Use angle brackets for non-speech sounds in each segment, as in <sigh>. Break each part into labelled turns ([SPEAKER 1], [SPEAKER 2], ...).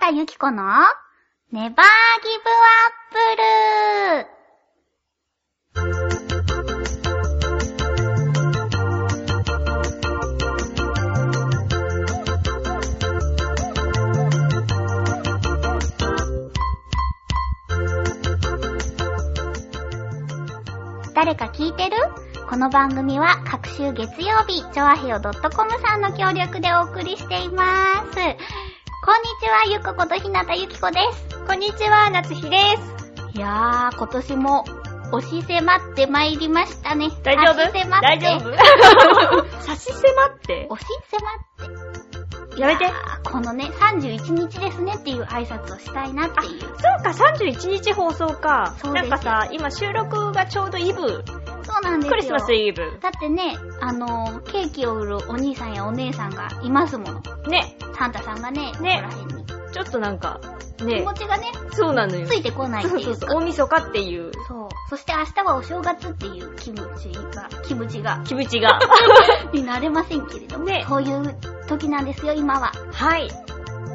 [SPEAKER 1] 田ゆき子のネバーギブアップル誰か聞いてるこの番組は各週月曜日、ちょわひよ .com さんの協力でお送りしています。こんにちは、ゆっこことひなたゆきこです。こんにちは、なつひです。いやー、今年も押し迫ってまいりましたね。
[SPEAKER 2] 大丈夫
[SPEAKER 1] 差し迫って
[SPEAKER 2] 大丈 <laughs> 夫差し迫って
[SPEAKER 1] 押し迫って。
[SPEAKER 2] やめて。
[SPEAKER 1] あーこのね、31日ですねっていう挨拶をしたいなっていう。
[SPEAKER 2] そうか、31日放送か。
[SPEAKER 1] そうで
[SPEAKER 2] な
[SPEAKER 1] す
[SPEAKER 2] んかさ、今収録がちょうどイブ。
[SPEAKER 1] そうなんですよ。
[SPEAKER 2] クリスマスイブ。
[SPEAKER 1] だってね、あのー、ケーキを売るお兄さんやお姉さんがいますもの。
[SPEAKER 2] ね、
[SPEAKER 1] サンタさんがね、
[SPEAKER 2] ね
[SPEAKER 1] ここら辺に。
[SPEAKER 2] ちょっとなんか、
[SPEAKER 1] 気
[SPEAKER 2] ね
[SPEAKER 1] 持、ちがね、
[SPEAKER 2] そうなのよ。
[SPEAKER 1] ついてこないって
[SPEAKER 2] そう
[SPEAKER 1] い
[SPEAKER 2] そう
[SPEAKER 1] う
[SPEAKER 2] そ
[SPEAKER 1] か。
[SPEAKER 2] う。大晦日っていう
[SPEAKER 1] そう。そして明日はお正月っていう気持ち
[SPEAKER 2] <laughs>
[SPEAKER 1] が、気持ちが、
[SPEAKER 2] 気持ちが。
[SPEAKER 1] になれませんけれども、
[SPEAKER 2] ね
[SPEAKER 1] そういう時なんですよ、今は。
[SPEAKER 2] <laughs> はい。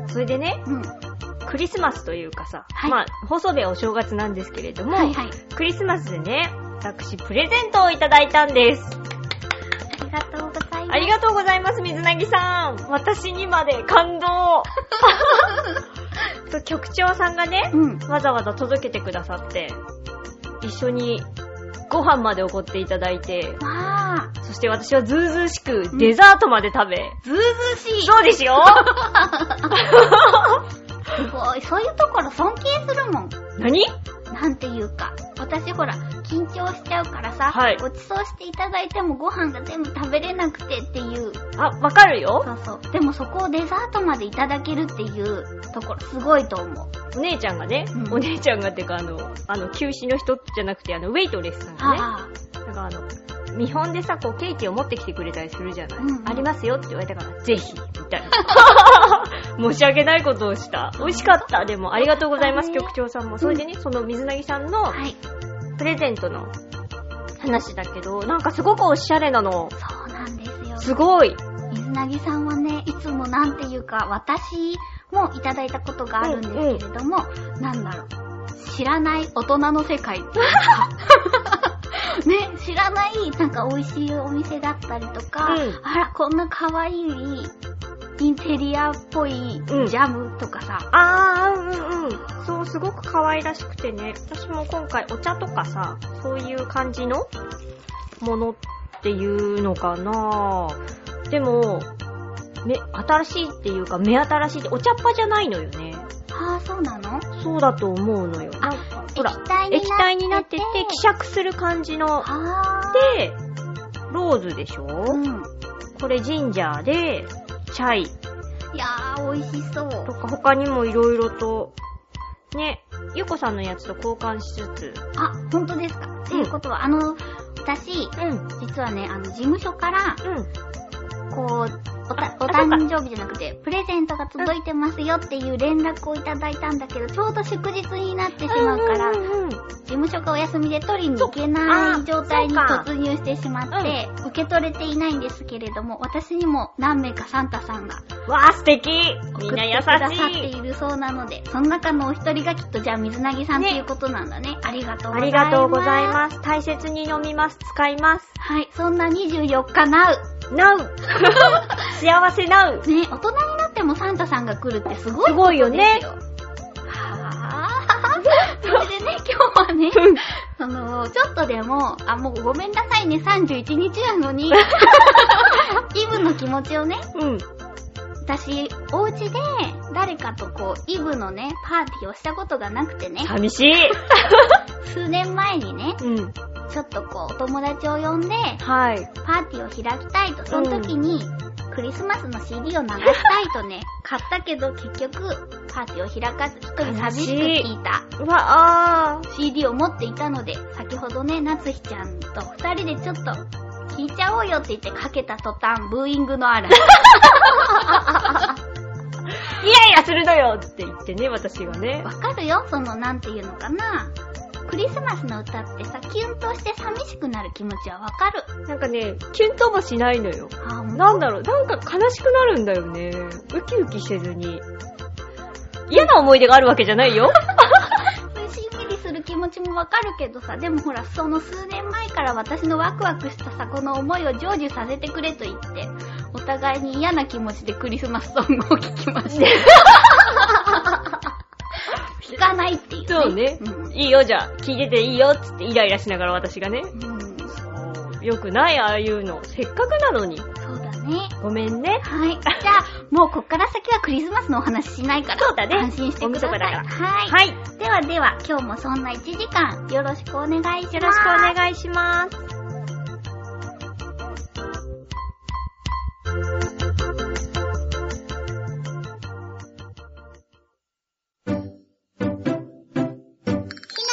[SPEAKER 2] それでね、
[SPEAKER 1] うん。
[SPEAKER 2] クリスマスというかさ、
[SPEAKER 1] はい
[SPEAKER 2] まあ、放送日はお正月なんですけれども、
[SPEAKER 1] はいはい。
[SPEAKER 2] クリスマスでね、私、プレゼントをいただいたんです。
[SPEAKER 1] ありがとうございます。
[SPEAKER 2] ありがとうございます、水なぎさん。私にまで
[SPEAKER 1] <laughs>
[SPEAKER 2] 感動。と局長さんがね、
[SPEAKER 1] うん。
[SPEAKER 2] わざわざ届けてくださって、一緒にご飯までおごっていただいて、
[SPEAKER 1] まあ、
[SPEAKER 2] そして私はずうずうしくデザートまで食べ、
[SPEAKER 1] ずうずうしい。
[SPEAKER 2] そうで
[SPEAKER 1] <laughs>
[SPEAKER 2] すよ
[SPEAKER 1] すごい。そういうところ尊敬するもん。
[SPEAKER 2] 何
[SPEAKER 1] なんていうか。私ほら、緊張しちゃうからさ、
[SPEAKER 2] はい
[SPEAKER 1] ごちそうしていただいてもご飯が全部食べれなくてっていう。
[SPEAKER 2] あ、わかるよ
[SPEAKER 1] そうそう。でもそこをデザートまでいただけるっていうところ、すごいと思う。
[SPEAKER 2] お姉ちゃんがね、
[SPEAKER 1] うん
[SPEAKER 2] お姉ちゃんがっていうかあの、あの、休止の人じゃなくてあの、ウェイトレスさんがね、
[SPEAKER 1] ああ。
[SPEAKER 2] なんかあの、見本でさ、こうケーキを持ってきてくれたりするじゃない、
[SPEAKER 1] うんうん
[SPEAKER 2] ありますよって言われたから、ぜひ、みたい
[SPEAKER 1] <laughs>
[SPEAKER 2] な。申し訳ないことをした。美味しかった。でも、ありがとうございます、
[SPEAKER 1] よ
[SPEAKER 2] 局
[SPEAKER 1] かった
[SPEAKER 2] 長さんも。それでね、その水なぎさんの
[SPEAKER 1] はい。
[SPEAKER 2] プレゼントの話だけど、なんかすごくおしゃれなの。
[SPEAKER 1] そうなんです
[SPEAKER 2] す
[SPEAKER 1] よ。
[SPEAKER 2] ごい。
[SPEAKER 1] 水なぎさんはね、いつもなんていうか、私もいただいたことがあるんですけれども、なんだろう。知らない大人の世 <laughs> 界っていうかね、知らないなんか美味しいお店だったりとか、
[SPEAKER 2] うん
[SPEAKER 1] あら、こんな可愛いインテリアっぽいジ
[SPEAKER 2] うん
[SPEAKER 1] ャムとかさ、
[SPEAKER 2] あー、うんうん。そう、すごく可愛らしくてね。私も今回お茶とかさ、そういう感じのものっていうのかなでも、め、新しいっていうか、目新しいって、お茶っ葉じゃないのよね。
[SPEAKER 1] ああ、そうなの
[SPEAKER 2] そうだと思うのよ。なんか、ほら、液
[SPEAKER 1] 液
[SPEAKER 2] 体
[SPEAKER 1] 体
[SPEAKER 2] に
[SPEAKER 1] に
[SPEAKER 2] な
[SPEAKER 1] な
[SPEAKER 2] っ
[SPEAKER 1] ってて
[SPEAKER 2] て
[SPEAKER 1] て、、
[SPEAKER 2] 希釈する感じの。
[SPEAKER 1] あ
[SPEAKER 2] で、ローズでしょ、
[SPEAKER 1] ー。うん。
[SPEAKER 2] これジンジャーで、チャイ
[SPEAKER 1] いやー、美味しそう。
[SPEAKER 2] とか他にもいろいろと、ね、ゆこさんのやつと交換しつつ、
[SPEAKER 1] あ、本当ですか。ということは、あの、私、
[SPEAKER 2] うん、
[SPEAKER 1] 実はね、あの、事務所から、
[SPEAKER 2] うん、
[SPEAKER 1] こう、おた
[SPEAKER 2] あ
[SPEAKER 1] お
[SPEAKER 2] あそうか
[SPEAKER 1] 誕生日じゃなくて、プレゼントが届いてますよっていう連絡をいただいたんだけど、ちょうど祝日になってしまうから、
[SPEAKER 2] んうんうん
[SPEAKER 1] 事務所がお休みで取りに行けない
[SPEAKER 2] そうあ
[SPEAKER 1] 状態に
[SPEAKER 2] そうか
[SPEAKER 1] 突入してしまって、受け取れていないんですけれども、私にも何名かサンタさんが
[SPEAKER 2] わあ、素敵
[SPEAKER 1] 送
[SPEAKER 2] み
[SPEAKER 1] っ
[SPEAKER 2] んな
[SPEAKER 1] て
[SPEAKER 2] 優
[SPEAKER 1] くださって
[SPEAKER 2] しい
[SPEAKER 1] いるそうなので、その中のお一人がきっとじゃあ水なぎさんということなんだね。ありがとうご
[SPEAKER 2] あ
[SPEAKER 1] ざい
[SPEAKER 2] り
[SPEAKER 1] ます。
[SPEAKER 2] がとうございます。大切に飲みます。使います。
[SPEAKER 1] はい、そんな24日なう。
[SPEAKER 2] <laughs> なう幸せなう
[SPEAKER 1] ね、大人になってもサンタさんが来るってすごい
[SPEAKER 2] すごいよね
[SPEAKER 1] ことですよはぁ。そ <laughs> れ
[SPEAKER 2] <laughs>
[SPEAKER 1] でね、今日はね、その、ちょっとでも、あ、もうごめんなさいね、31日な
[SPEAKER 2] <laughs>
[SPEAKER 1] のに、イブの気持ちをね、
[SPEAKER 2] うん。
[SPEAKER 1] 私、お家で誰かとこう、イブのね、パーティーをしたことがなくてね、
[SPEAKER 2] 寂しい。
[SPEAKER 1] 数年前にね、
[SPEAKER 2] うん。
[SPEAKER 1] ちょっとこう、お友達を呼んで、
[SPEAKER 2] はい。
[SPEAKER 1] パーティーを開きたいと、その時に、クリスマスの CD を流したいとね、買ったけど結局、パーティーを開かず、一人寂しく聞いた
[SPEAKER 2] うわ、あー。
[SPEAKER 1] CD を持っていたので、先ほどね、夏日ちゃんと二人でちょっと、聞いちゃおうよって言ってかけた途端、ブーイングの嵐。
[SPEAKER 2] イヤイヤするのよって言ってね、私がね
[SPEAKER 1] わ。かるよその、なんていうのかな。クリスマスの歌ってさ、キュンとして寂しくなる気持ちはわかる。
[SPEAKER 2] なんかね、キュンともしないのよ。
[SPEAKER 1] あー、もう
[SPEAKER 2] なんだろう、なんか悲しくなるんだよね。ウキウキせずに。嫌な思い出があるわけじゃないよ。
[SPEAKER 1] しんみりする気持ちもわかるけどさ、でもほら、その数年前から私のワクワクしたさ、この思いを成就させてくれと言って、お互いに嫌な気持ちでクリスマスソングを聴きました。弾かないっていう、ね。
[SPEAKER 2] そうね
[SPEAKER 1] ん。
[SPEAKER 2] いいよ、じゃあ。聞いてていいよ、つってイライラしながら私がね。
[SPEAKER 1] うん、そ
[SPEAKER 2] よくない、ああいうの。せっかくなのに。
[SPEAKER 1] うだね。
[SPEAKER 2] ごめんね。
[SPEAKER 1] はい。じゃあ、もうこっから先はクリスマスのお話しないから。
[SPEAKER 2] そうだね
[SPEAKER 1] 安心してください。
[SPEAKER 2] お店だから
[SPEAKER 1] はい。
[SPEAKER 2] はい。よ
[SPEAKER 1] ではでは、今日もそんな1時間、よろしくお願いします。
[SPEAKER 2] ろしくお願いします。
[SPEAKER 1] 日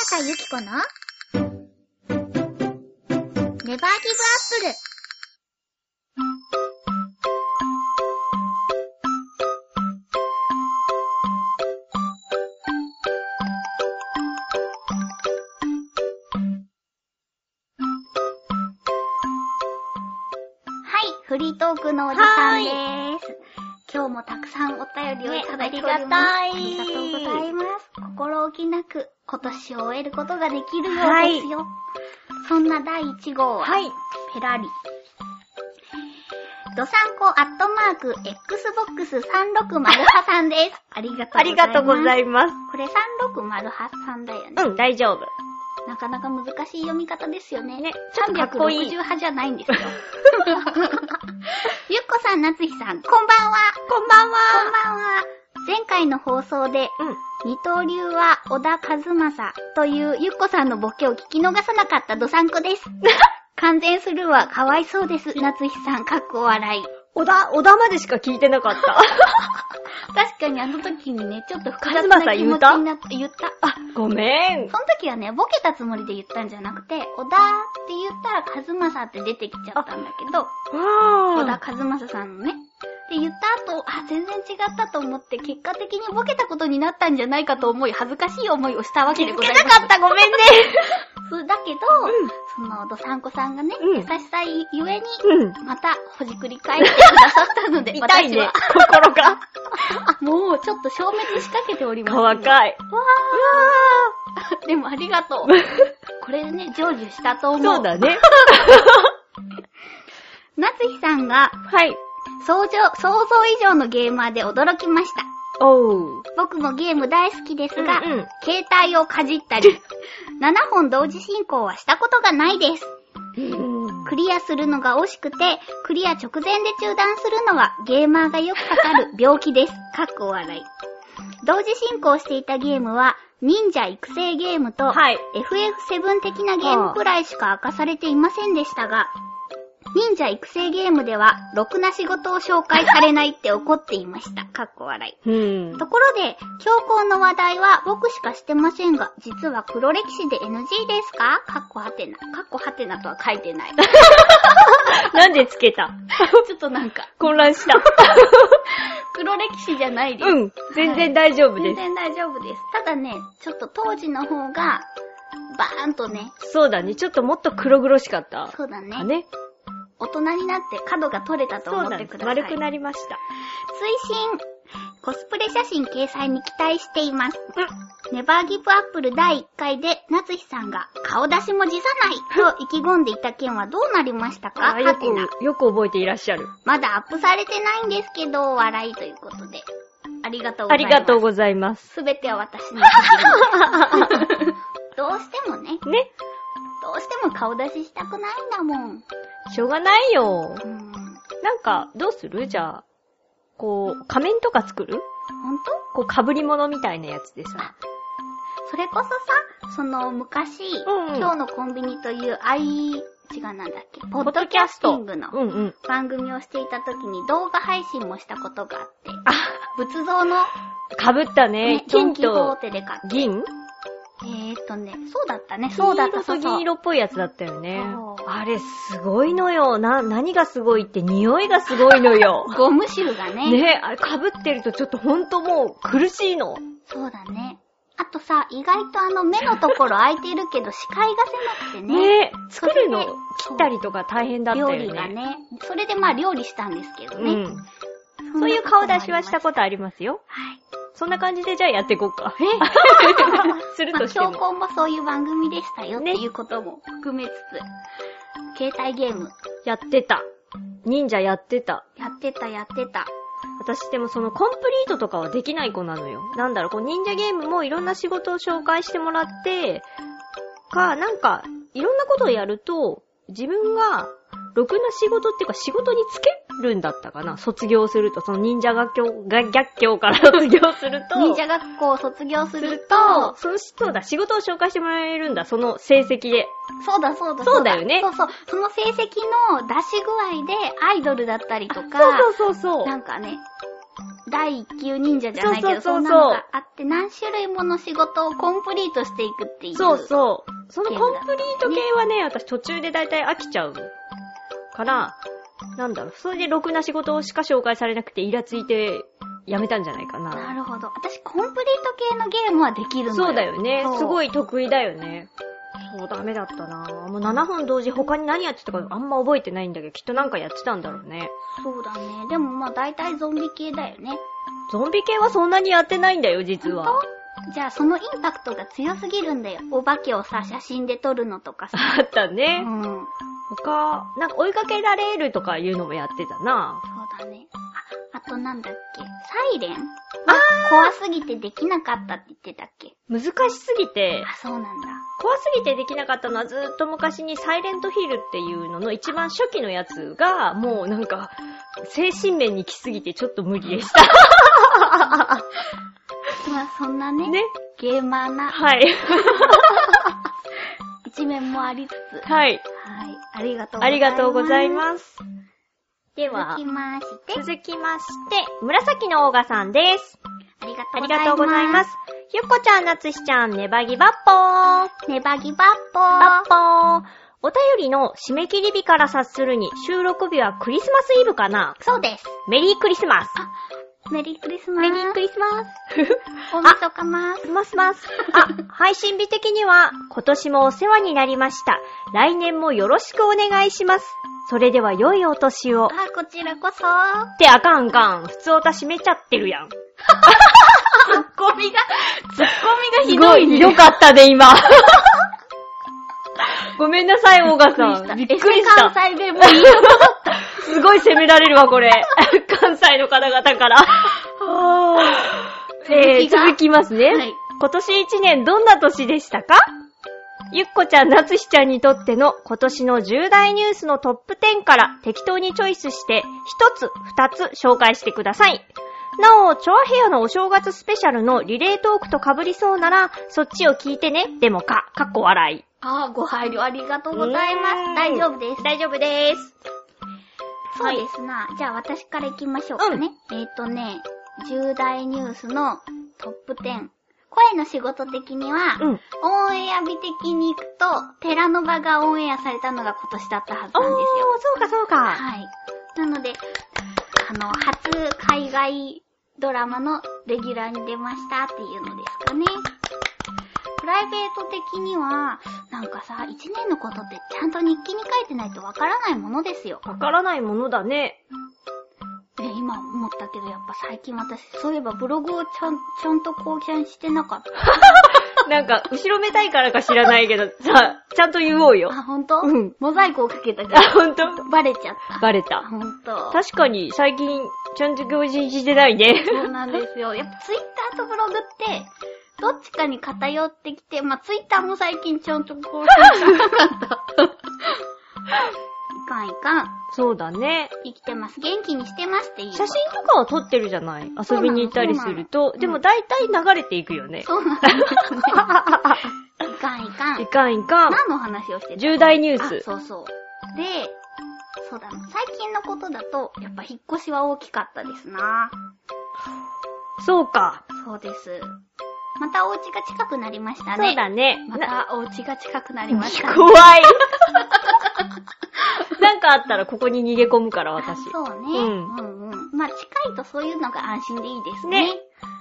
[SPEAKER 1] 向ゆき子のネバーギブアップル。はい、フリートークのお時間です。今日もたくさんお便りをいただいております。
[SPEAKER 2] ねあ
[SPEAKER 1] あ
[SPEAKER 2] り
[SPEAKER 1] り
[SPEAKER 2] が
[SPEAKER 1] が
[SPEAKER 2] たい
[SPEAKER 1] とうございます。心置きなく今年を終えることができるよう
[SPEAKER 2] はい
[SPEAKER 1] ですよ。そんな第1号は、
[SPEAKER 2] はい。
[SPEAKER 1] ペラリ。ドサンコアットマーク XBOX3608 さんです。ありがとうございます。
[SPEAKER 2] ありがとうござ
[SPEAKER 1] す。
[SPEAKER 2] います。
[SPEAKER 1] これ3608さんだよね。
[SPEAKER 2] うん、大丈夫。
[SPEAKER 1] なかなか難しい読み方ですよね。
[SPEAKER 2] ねちょっとかっこいい
[SPEAKER 1] 368じゃないんですよ。ゆっこさん、なつひさん、こんばんは。
[SPEAKER 2] こんばんは
[SPEAKER 1] こんばんは。前回の放送で、
[SPEAKER 2] うん。
[SPEAKER 1] 二刀流は小田和正というゆっこさんのボケを聞き逃さなかったドサンコ <laughs> です。完全するはかわいそうです。夏日さん、かっこ笑い。
[SPEAKER 2] 小田、小田までしか聞いてなかった。
[SPEAKER 1] 確かにあの時にね、ちょっと複雑
[SPEAKER 2] 和
[SPEAKER 1] な
[SPEAKER 2] 正
[SPEAKER 1] 気
[SPEAKER 2] 言
[SPEAKER 1] 持
[SPEAKER 2] う
[SPEAKER 1] ち
[SPEAKER 2] た
[SPEAKER 1] になって、言った。あ、
[SPEAKER 2] <laughs> ごめん。
[SPEAKER 1] その時はね、ボケたつもりで言ったんじゃなくて、小田って言ったら和正って出てきちゃったんだけど、小田
[SPEAKER 2] あ
[SPEAKER 1] 和正さんのね。で、言った後、あ、全然違ったと思って、結果的にボケたことになったんじゃないかと思い、恥ずかしい思いをしたわけでございます。
[SPEAKER 2] 気づけなかったごめんね
[SPEAKER 1] そうだけど、その、どさんこさんがね、
[SPEAKER 2] うん
[SPEAKER 1] 優しさゆえに、
[SPEAKER 2] うん。
[SPEAKER 1] また、ほじくり返してくださったので、
[SPEAKER 2] <laughs> 痛い
[SPEAKER 1] 私
[SPEAKER 2] ね
[SPEAKER 1] は、。
[SPEAKER 2] 心が。
[SPEAKER 1] あもう、ちょっと消滅しかけております。
[SPEAKER 2] 細
[SPEAKER 1] わ
[SPEAKER 2] かい。
[SPEAKER 1] ー。でも、ありが <laughs> とう。これね、成就したと思う。
[SPEAKER 2] そう。だね。
[SPEAKER 1] 夏日さんが、
[SPEAKER 2] はい。
[SPEAKER 1] 想像、想像以上のゲーマーで驚きました。
[SPEAKER 2] おう。
[SPEAKER 1] 僕もゲーム大好きですが、
[SPEAKER 2] うんうん
[SPEAKER 1] 携帯をかじった <laughs> り、7本同時進行はしたことがないです。クリアするのが惜しくて、クリア直前で中断するのはゲーマーがよくかかる病気です。 <laughs> かっこ笑い。同時進行していたゲームは、忍者育成ゲームと、
[SPEAKER 2] はい。
[SPEAKER 1] FF7 的なゲームくらいしか明かされていませんでしたが、忍者育成ゲームでは、ろくな仕事を紹介されないって怒っていました。かっこ笑い。
[SPEAKER 2] うん。
[SPEAKER 1] ところで、教皇の話題は僕しかしてませんが、実は黒歴史で NG ですかかっこはてな。かっこはてなとは書いてない。ち
[SPEAKER 2] なんでつけた
[SPEAKER 1] ょっとなんか、
[SPEAKER 2] 混乱した。
[SPEAKER 1] 黒歴史じゃないです。
[SPEAKER 2] <laughs> うん。全然大丈夫
[SPEAKER 1] 全
[SPEAKER 2] で
[SPEAKER 1] 然大丈夫です。ただね、ちょっと当時の方が、バーンとね、
[SPEAKER 2] す。そうだね。ちょっともっと黒々しかった。
[SPEAKER 1] そうだね
[SPEAKER 2] か。ね。
[SPEAKER 1] 大人になって角が取れたと
[SPEAKER 2] そ
[SPEAKER 1] 思
[SPEAKER 2] う
[SPEAKER 1] っ
[SPEAKER 2] だ
[SPEAKER 1] て
[SPEAKER 2] ね
[SPEAKER 1] く。ださい。
[SPEAKER 2] 丸くなりました。
[SPEAKER 1] 推進、コスプレ写真掲載に期待しています。
[SPEAKER 2] うん。
[SPEAKER 1] ネバーギブアップル第1回で、夏日さんが、顔出しも辞さないと意気込んでいた件はどうなりましたか
[SPEAKER 2] あ、よ
[SPEAKER 1] はてな。
[SPEAKER 2] く、よく覚えていらっしゃる。
[SPEAKER 1] まだアップされてないんですけど、笑いということで。ありがとうご
[SPEAKER 2] あ
[SPEAKER 1] ざい
[SPEAKER 2] り
[SPEAKER 1] ます。
[SPEAKER 2] がとうございます。
[SPEAKER 1] すべては私の責任どうしてもね、
[SPEAKER 2] ね。
[SPEAKER 1] どうしても顔出ししたくないんだもん。
[SPEAKER 2] しょうがないよ。
[SPEAKER 1] うん。
[SPEAKER 2] なんか、どうするじゃあ、こう、仮面とか作る
[SPEAKER 1] ほんと
[SPEAKER 2] こう、被り物みたいなやつでさ。
[SPEAKER 1] それこそさ、その昔、
[SPEAKER 2] うんうん
[SPEAKER 1] 今日のコンビニという、あい、違うなんだっけ、ポ
[SPEAKER 2] ポ
[SPEAKER 1] ッドキャスティングの
[SPEAKER 2] う。んうん。
[SPEAKER 1] 番組をしていた時に動画配信もしたことがあって、仏像の、
[SPEAKER 2] かぶったね。
[SPEAKER 1] ね、ドンキ
[SPEAKER 2] 金
[SPEAKER 1] ホー
[SPEAKER 2] と
[SPEAKER 1] テで買った。
[SPEAKER 2] 銀
[SPEAKER 1] えーっとね、そうだったね、そうだった、そうそ
[SPEAKER 2] 金色と銀
[SPEAKER 1] う。
[SPEAKER 2] 色っぽいやつだったよね
[SPEAKER 1] そう。。
[SPEAKER 2] あれ、すごいのよ。な、何がすごいって、匂いがすごいのよ
[SPEAKER 1] ゴム臭が <laughs> ね
[SPEAKER 2] ねあれ、被ってるとちょっとほんともう苦しいの。
[SPEAKER 1] そうだね。あとさ、意外とあの目のところ開いてるけど視界が狭くてね。
[SPEAKER 2] ね作るの
[SPEAKER 1] それで、
[SPEAKER 2] 切ったりとか大変だったよ
[SPEAKER 1] 料
[SPEAKER 2] ね。
[SPEAKER 1] 理がね。それでまあ料理したんですけど
[SPEAKER 2] う
[SPEAKER 1] ね。
[SPEAKER 2] ん。
[SPEAKER 1] んなことも
[SPEAKER 2] そういう顔出しはした
[SPEAKER 1] ありま
[SPEAKER 2] ことありますよ。
[SPEAKER 1] はい。
[SPEAKER 2] そんな感じでじゃあやっていこうか。す
[SPEAKER 1] <laughs>
[SPEAKER 2] る
[SPEAKER 1] まあ、
[SPEAKER 2] として
[SPEAKER 1] 教
[SPEAKER 2] も。
[SPEAKER 1] 根もそういう番組でしたよって
[SPEAKER 2] ね
[SPEAKER 1] いうことも含めつつ、携帯ゲーム、
[SPEAKER 2] やってた。忍者やってた。
[SPEAKER 1] やってたやってた。
[SPEAKER 2] 私でもそのコンプリートとかはできない子なのよ。なんだろう、こう忍者ゲームもいろんな仕事を紹介してもらって、か、なんか、いろんなことをやると、自分が、ろくな仕事っていうか仕事につけるんだったかな卒業すると、その忍者学教、が逆教から卒業すると、
[SPEAKER 1] 忍者学校を卒業すると、
[SPEAKER 2] そのそうだ、仕事を紹介してもらえるんだ、その成績で。
[SPEAKER 1] そうだそうだ
[SPEAKER 2] そうだよね
[SPEAKER 1] そうそう。その成績の出し具合でアイドルだったりとか、
[SPEAKER 2] そうそうそう
[SPEAKER 1] なんかね、第一級忍者じゃないけど、
[SPEAKER 2] そ
[SPEAKER 1] そ
[SPEAKER 2] うんそうそう
[SPEAKER 1] なのがあって、何種類もの仕事をコンプリートしていくっていう。
[SPEAKER 2] そうそう。そのコンプリート系はね、私途中で大体飽きちゃうから、なんだろう、それでろくな仕事しか紹介されなくてイラついてやめたんじゃないかな。
[SPEAKER 1] なるほど。私、コンプリート系のゲームはできるのよ。
[SPEAKER 2] そうだよね
[SPEAKER 1] そ。う
[SPEAKER 2] すごい得意だよね。そう、ダメだったなもう7本同時他に何やってたかあんま覚えてないんだけど、きっとなんかやってたんだろうね。
[SPEAKER 1] そうだね。でもまあ大体ゾンビ系だよね。
[SPEAKER 2] ゾンビ系はそんなにやってないんだよ、実は。
[SPEAKER 1] じゃあそのインパクトが強すぎるんだよ。お化けをさ、写真で撮るのとかさ。
[SPEAKER 2] あった
[SPEAKER 1] う
[SPEAKER 2] ね。
[SPEAKER 1] ん。そう
[SPEAKER 2] 他、なんか追いかけられるとかいうのもやってたな
[SPEAKER 1] だね。あ、あとなんだっけ。サイレンあ怖すぎてできなかったって言ってたっけ
[SPEAKER 2] 難しすぎて、
[SPEAKER 1] あ、そうなんだ。
[SPEAKER 2] 怖すぎてできなかったのはずーっと昔にサイレントヒルっていうのの一番初期のやつが、もうなんか、精神面に来すぎてちょっと無理でした。
[SPEAKER 1] まあそんなね、
[SPEAKER 2] ね。
[SPEAKER 1] ゲーマーな
[SPEAKER 2] はい。
[SPEAKER 1] 一面もありつつ。
[SPEAKER 2] は
[SPEAKER 1] は
[SPEAKER 2] い。
[SPEAKER 1] い。ありがとうございます。
[SPEAKER 2] ありがとうございます。で
[SPEAKER 1] 続
[SPEAKER 2] は
[SPEAKER 1] き、まして、
[SPEAKER 2] 続きまして、紫のオーガさんです。
[SPEAKER 1] ありがと
[SPEAKER 2] あ
[SPEAKER 1] うご
[SPEAKER 2] り
[SPEAKER 1] ざいます。
[SPEAKER 2] がとうございます。ゆっこちゃん、なつしちゃん、ネバギバッポー。
[SPEAKER 1] ネバギバッポー。
[SPEAKER 2] バッポー。お便りの締め切り日から察するに、収録日はクリスマスイブかな
[SPEAKER 1] そうです。
[SPEAKER 2] メリークリスマス。
[SPEAKER 1] メリークリスマス。
[SPEAKER 2] メリークリスマス。
[SPEAKER 1] おみそかまーす。
[SPEAKER 2] ますます。あ、配信日的には、今年もお世話になりました。来年もよろしくお願いします。それでは良いお年を。っ
[SPEAKER 1] あ、こちらこそ。
[SPEAKER 2] てあかんあかん。普通た閉めちゃってるやん。
[SPEAKER 1] ゴミが、ツッコ
[SPEAKER 2] すごい、良かったで、今。 <laughs> ごめんなさい、オーガさん。びっくりした。
[SPEAKER 1] 関西弁もいいよ。
[SPEAKER 2] すごい責められるわ、これ。関西の方々から。 <laughs> え
[SPEAKER 1] 続
[SPEAKER 2] ー、
[SPEAKER 1] きが
[SPEAKER 2] 続きますね。
[SPEAKER 1] はい
[SPEAKER 2] 今年一年どんな年でしたかゆっこちゃん、なつしちゃんにとっての今年の重大ニュースのトップ10から適当にチョイスして、一つ、二つ紹介してください。なお、チョアヘアのお正月スペシャルのリレートークと被りそうなら、そっちを聞いてね。でもか、かっこ笑い。
[SPEAKER 1] あーご配慮ありがとうございま
[SPEAKER 2] うーん
[SPEAKER 1] す。大丈夫です。
[SPEAKER 2] 大丈夫です。
[SPEAKER 1] そうですな。じゃあ私から行きましょうかね。えっ、とね、重大ニュースのトップ10。声の仕事的には、
[SPEAKER 2] うん
[SPEAKER 1] オンエア日的に行くと、寺の場がオンエアされたのが今年だったはず
[SPEAKER 2] おー、
[SPEAKER 1] なんですよ。
[SPEAKER 2] そうかそうか。
[SPEAKER 1] はい。なので、あの、初海外ドラマのレギュラーに出ましたっていうのですかね。プライベート的には、なんかさ、一年のことってちゃんと日記に書いてないとわからないものですよ。
[SPEAKER 2] わからないものだね。
[SPEAKER 1] で、今思ったけど、やっぱ最近私、そういえばブログをちゃん、ちゃんと更新してなかった。
[SPEAKER 2] なんか、後ろめたいからか知らないけど、さ、ちゃんと言おうよ。
[SPEAKER 1] あ、ほんと
[SPEAKER 2] うん
[SPEAKER 1] モザイクをかけたか
[SPEAKER 2] あ、
[SPEAKER 1] ら、
[SPEAKER 2] ほんと
[SPEAKER 1] バレちゃった。
[SPEAKER 2] バレ
[SPEAKER 1] あ、
[SPEAKER 2] た。
[SPEAKER 1] ほんと。
[SPEAKER 2] 確かに、最近、ちゃんと行事してないね。
[SPEAKER 1] そうなんですよ。やっぱツイッターとブログって、どっちかに偏ってきて、まあツイッターも最近ちょんと更新してなかった。 <laughs> いかんいかん。
[SPEAKER 2] そうだね。
[SPEAKER 1] 生きてます。元気にしてますっていう。
[SPEAKER 2] 写真とかは撮ってるじゃない遊びに行ったりすると。
[SPEAKER 1] そうなのそうなの
[SPEAKER 2] でも、大体流れていくよね。
[SPEAKER 1] そうなんですね。いかんいか
[SPEAKER 2] い
[SPEAKER 1] ん。
[SPEAKER 2] かんいかん。
[SPEAKER 1] 何の話をしてた
[SPEAKER 2] 重大ニュー
[SPEAKER 1] あ、
[SPEAKER 2] ス。
[SPEAKER 1] そうそう。で、そうだな。最近のことだと、やっぱ引っ越しは大きかったですな。
[SPEAKER 2] そうか。
[SPEAKER 1] そうです。またお家が近くなりましたね。
[SPEAKER 2] そうだね。
[SPEAKER 1] ま
[SPEAKER 2] な
[SPEAKER 1] たお家が近くなりましたね。
[SPEAKER 2] 怖い。 <laughs> なんかあったら、ここに逃げ込むから、私。
[SPEAKER 1] そうね。う
[SPEAKER 2] う
[SPEAKER 1] んん、うんうんまあ、近いとそういうのが安心でいいです
[SPEAKER 2] ね
[SPEAKER 1] ね。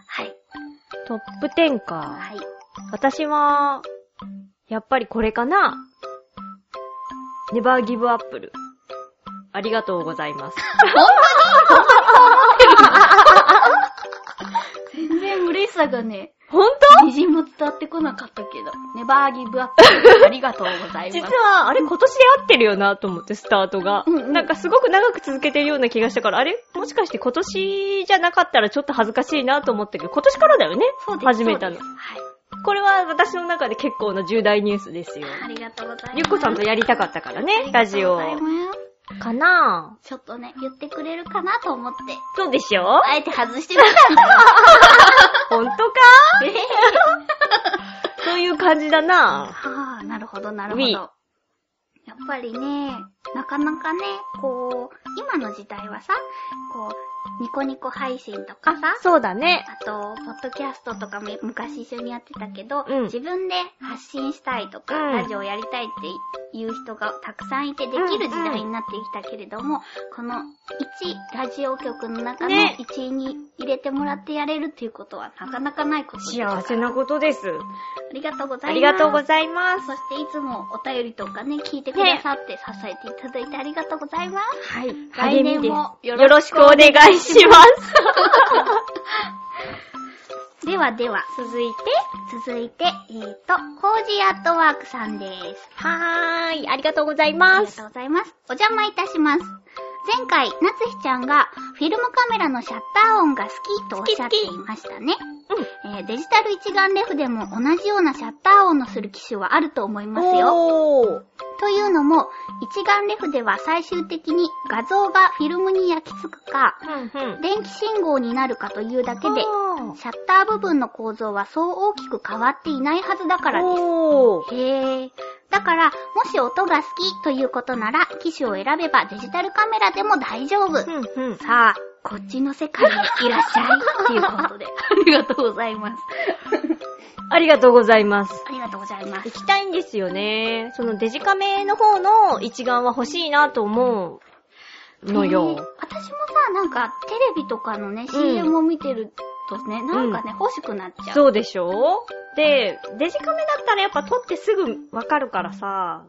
[SPEAKER 1] はい。
[SPEAKER 2] トップ10か。
[SPEAKER 1] はい。
[SPEAKER 2] 私は、やっぱりこれかな。ネバーギブアップル。ありがとう
[SPEAKER 1] <laughs>
[SPEAKER 2] ございます。
[SPEAKER 1] 全然嬉しさがね、
[SPEAKER 2] ほんと
[SPEAKER 1] みじんも伝わってこなかったけど。ネバーギブアップ。ありがとうござい
[SPEAKER 2] 実
[SPEAKER 1] ます。
[SPEAKER 2] は、あれ今年で合ってるよなと思って、スタートが。
[SPEAKER 1] うんうん
[SPEAKER 2] なんかすごく長く続けてるような気がしたから、あれもしかして今年じゃなかったらちょっと恥ずかしいなと思ったけど、今年からだよね
[SPEAKER 1] そうです
[SPEAKER 2] 始めたの
[SPEAKER 1] そうで。すはい。
[SPEAKER 2] これは私の中で結構な重大ニュースですよ。
[SPEAKER 1] ありがとうございます。
[SPEAKER 2] ゆっこさんとやりたかったから
[SPEAKER 1] あり
[SPEAKER 2] ね、
[SPEAKER 1] が
[SPEAKER 2] ラ
[SPEAKER 1] と
[SPEAKER 2] ジ
[SPEAKER 1] うご
[SPEAKER 2] オ
[SPEAKER 1] ざいます
[SPEAKER 2] かな
[SPEAKER 1] ちょっとね、言ってくれるかなと思って、
[SPEAKER 2] ぁ。そう
[SPEAKER 1] <laughs>
[SPEAKER 2] でしょ
[SPEAKER 1] あえて外
[SPEAKER 2] <laughs>
[SPEAKER 1] してみたんだよ。
[SPEAKER 2] ほん
[SPEAKER 1] <laughs>
[SPEAKER 2] とか
[SPEAKER 1] えへへ
[SPEAKER 2] そういう感じだな
[SPEAKER 1] ああ、なるほど、なるほど。
[SPEAKER 2] We
[SPEAKER 1] やっぱりね、なかなかね、こう、今の時代はさ、こう、ニコニコ配信とかさ、
[SPEAKER 2] そうだね。
[SPEAKER 1] あと、ポッドキャストとかも昔一緒にやってたけど、
[SPEAKER 2] うん
[SPEAKER 1] 自分で発信したいとか、
[SPEAKER 2] うん
[SPEAKER 1] ラジオやりたいっていう人がたくさんいてできる時代になってきたけれども、この1ラジオ局の中の
[SPEAKER 2] ね
[SPEAKER 1] 1位に入れてもらってやれるっていうことはなかなかないことですから
[SPEAKER 2] 幸せなことです。
[SPEAKER 1] ありがとうございます。
[SPEAKER 2] ありがとうございます。
[SPEAKER 1] そしていつもお便りとかね、聞いてくださって支えていただいてありがとうございます。
[SPEAKER 2] はい。
[SPEAKER 1] 来年も
[SPEAKER 2] 励みですよろしくお願いします。
[SPEAKER 1] <laughs> ではでは、続いて、続いて、えーと、コージーアットワークさんです。
[SPEAKER 2] はーい。ありがとうござい
[SPEAKER 1] あり
[SPEAKER 2] ま
[SPEAKER 1] がと
[SPEAKER 2] す
[SPEAKER 1] う。ございます。お邪魔いたします。前回、なつひちゃんがフィルムカメラのシャッター音が好きとおっしゃっていましたね。えーデジタル一眼レフでも同じようなシャッター音のする機種はあると思いますよ。
[SPEAKER 2] よ。
[SPEAKER 1] というのも、一眼レフでは最終的に画像がフィルムに焼き付くか、
[SPEAKER 2] うんうん。
[SPEAKER 1] 電気信号になるかというだけで、
[SPEAKER 2] おー
[SPEAKER 1] シャッター部分の構造はそう大きく変わっていないはずだからで
[SPEAKER 2] おー
[SPEAKER 1] す。へえ。だから、もし音が好きということなら、機種を選べばデジタルカメラでも大丈夫。
[SPEAKER 2] うんうん。
[SPEAKER 1] さあ、こっちの世界にいらっしゃいっていうことで。 <laughs> ありがとうございます。
[SPEAKER 2] ありがとうございます。
[SPEAKER 1] ありがとうございま
[SPEAKER 2] 行
[SPEAKER 1] す。
[SPEAKER 2] きたいんですよね。そのデジカメの方の一眼は欲しいなと思うの
[SPEAKER 1] えー
[SPEAKER 2] よ。
[SPEAKER 1] 私もさ、なんかテレビとかのね、CM を見てるとね、なんかね、欲しくなっちゃう。
[SPEAKER 2] そうでしょで、デジカメだったらやっぱ撮ってすぐわかるからさ、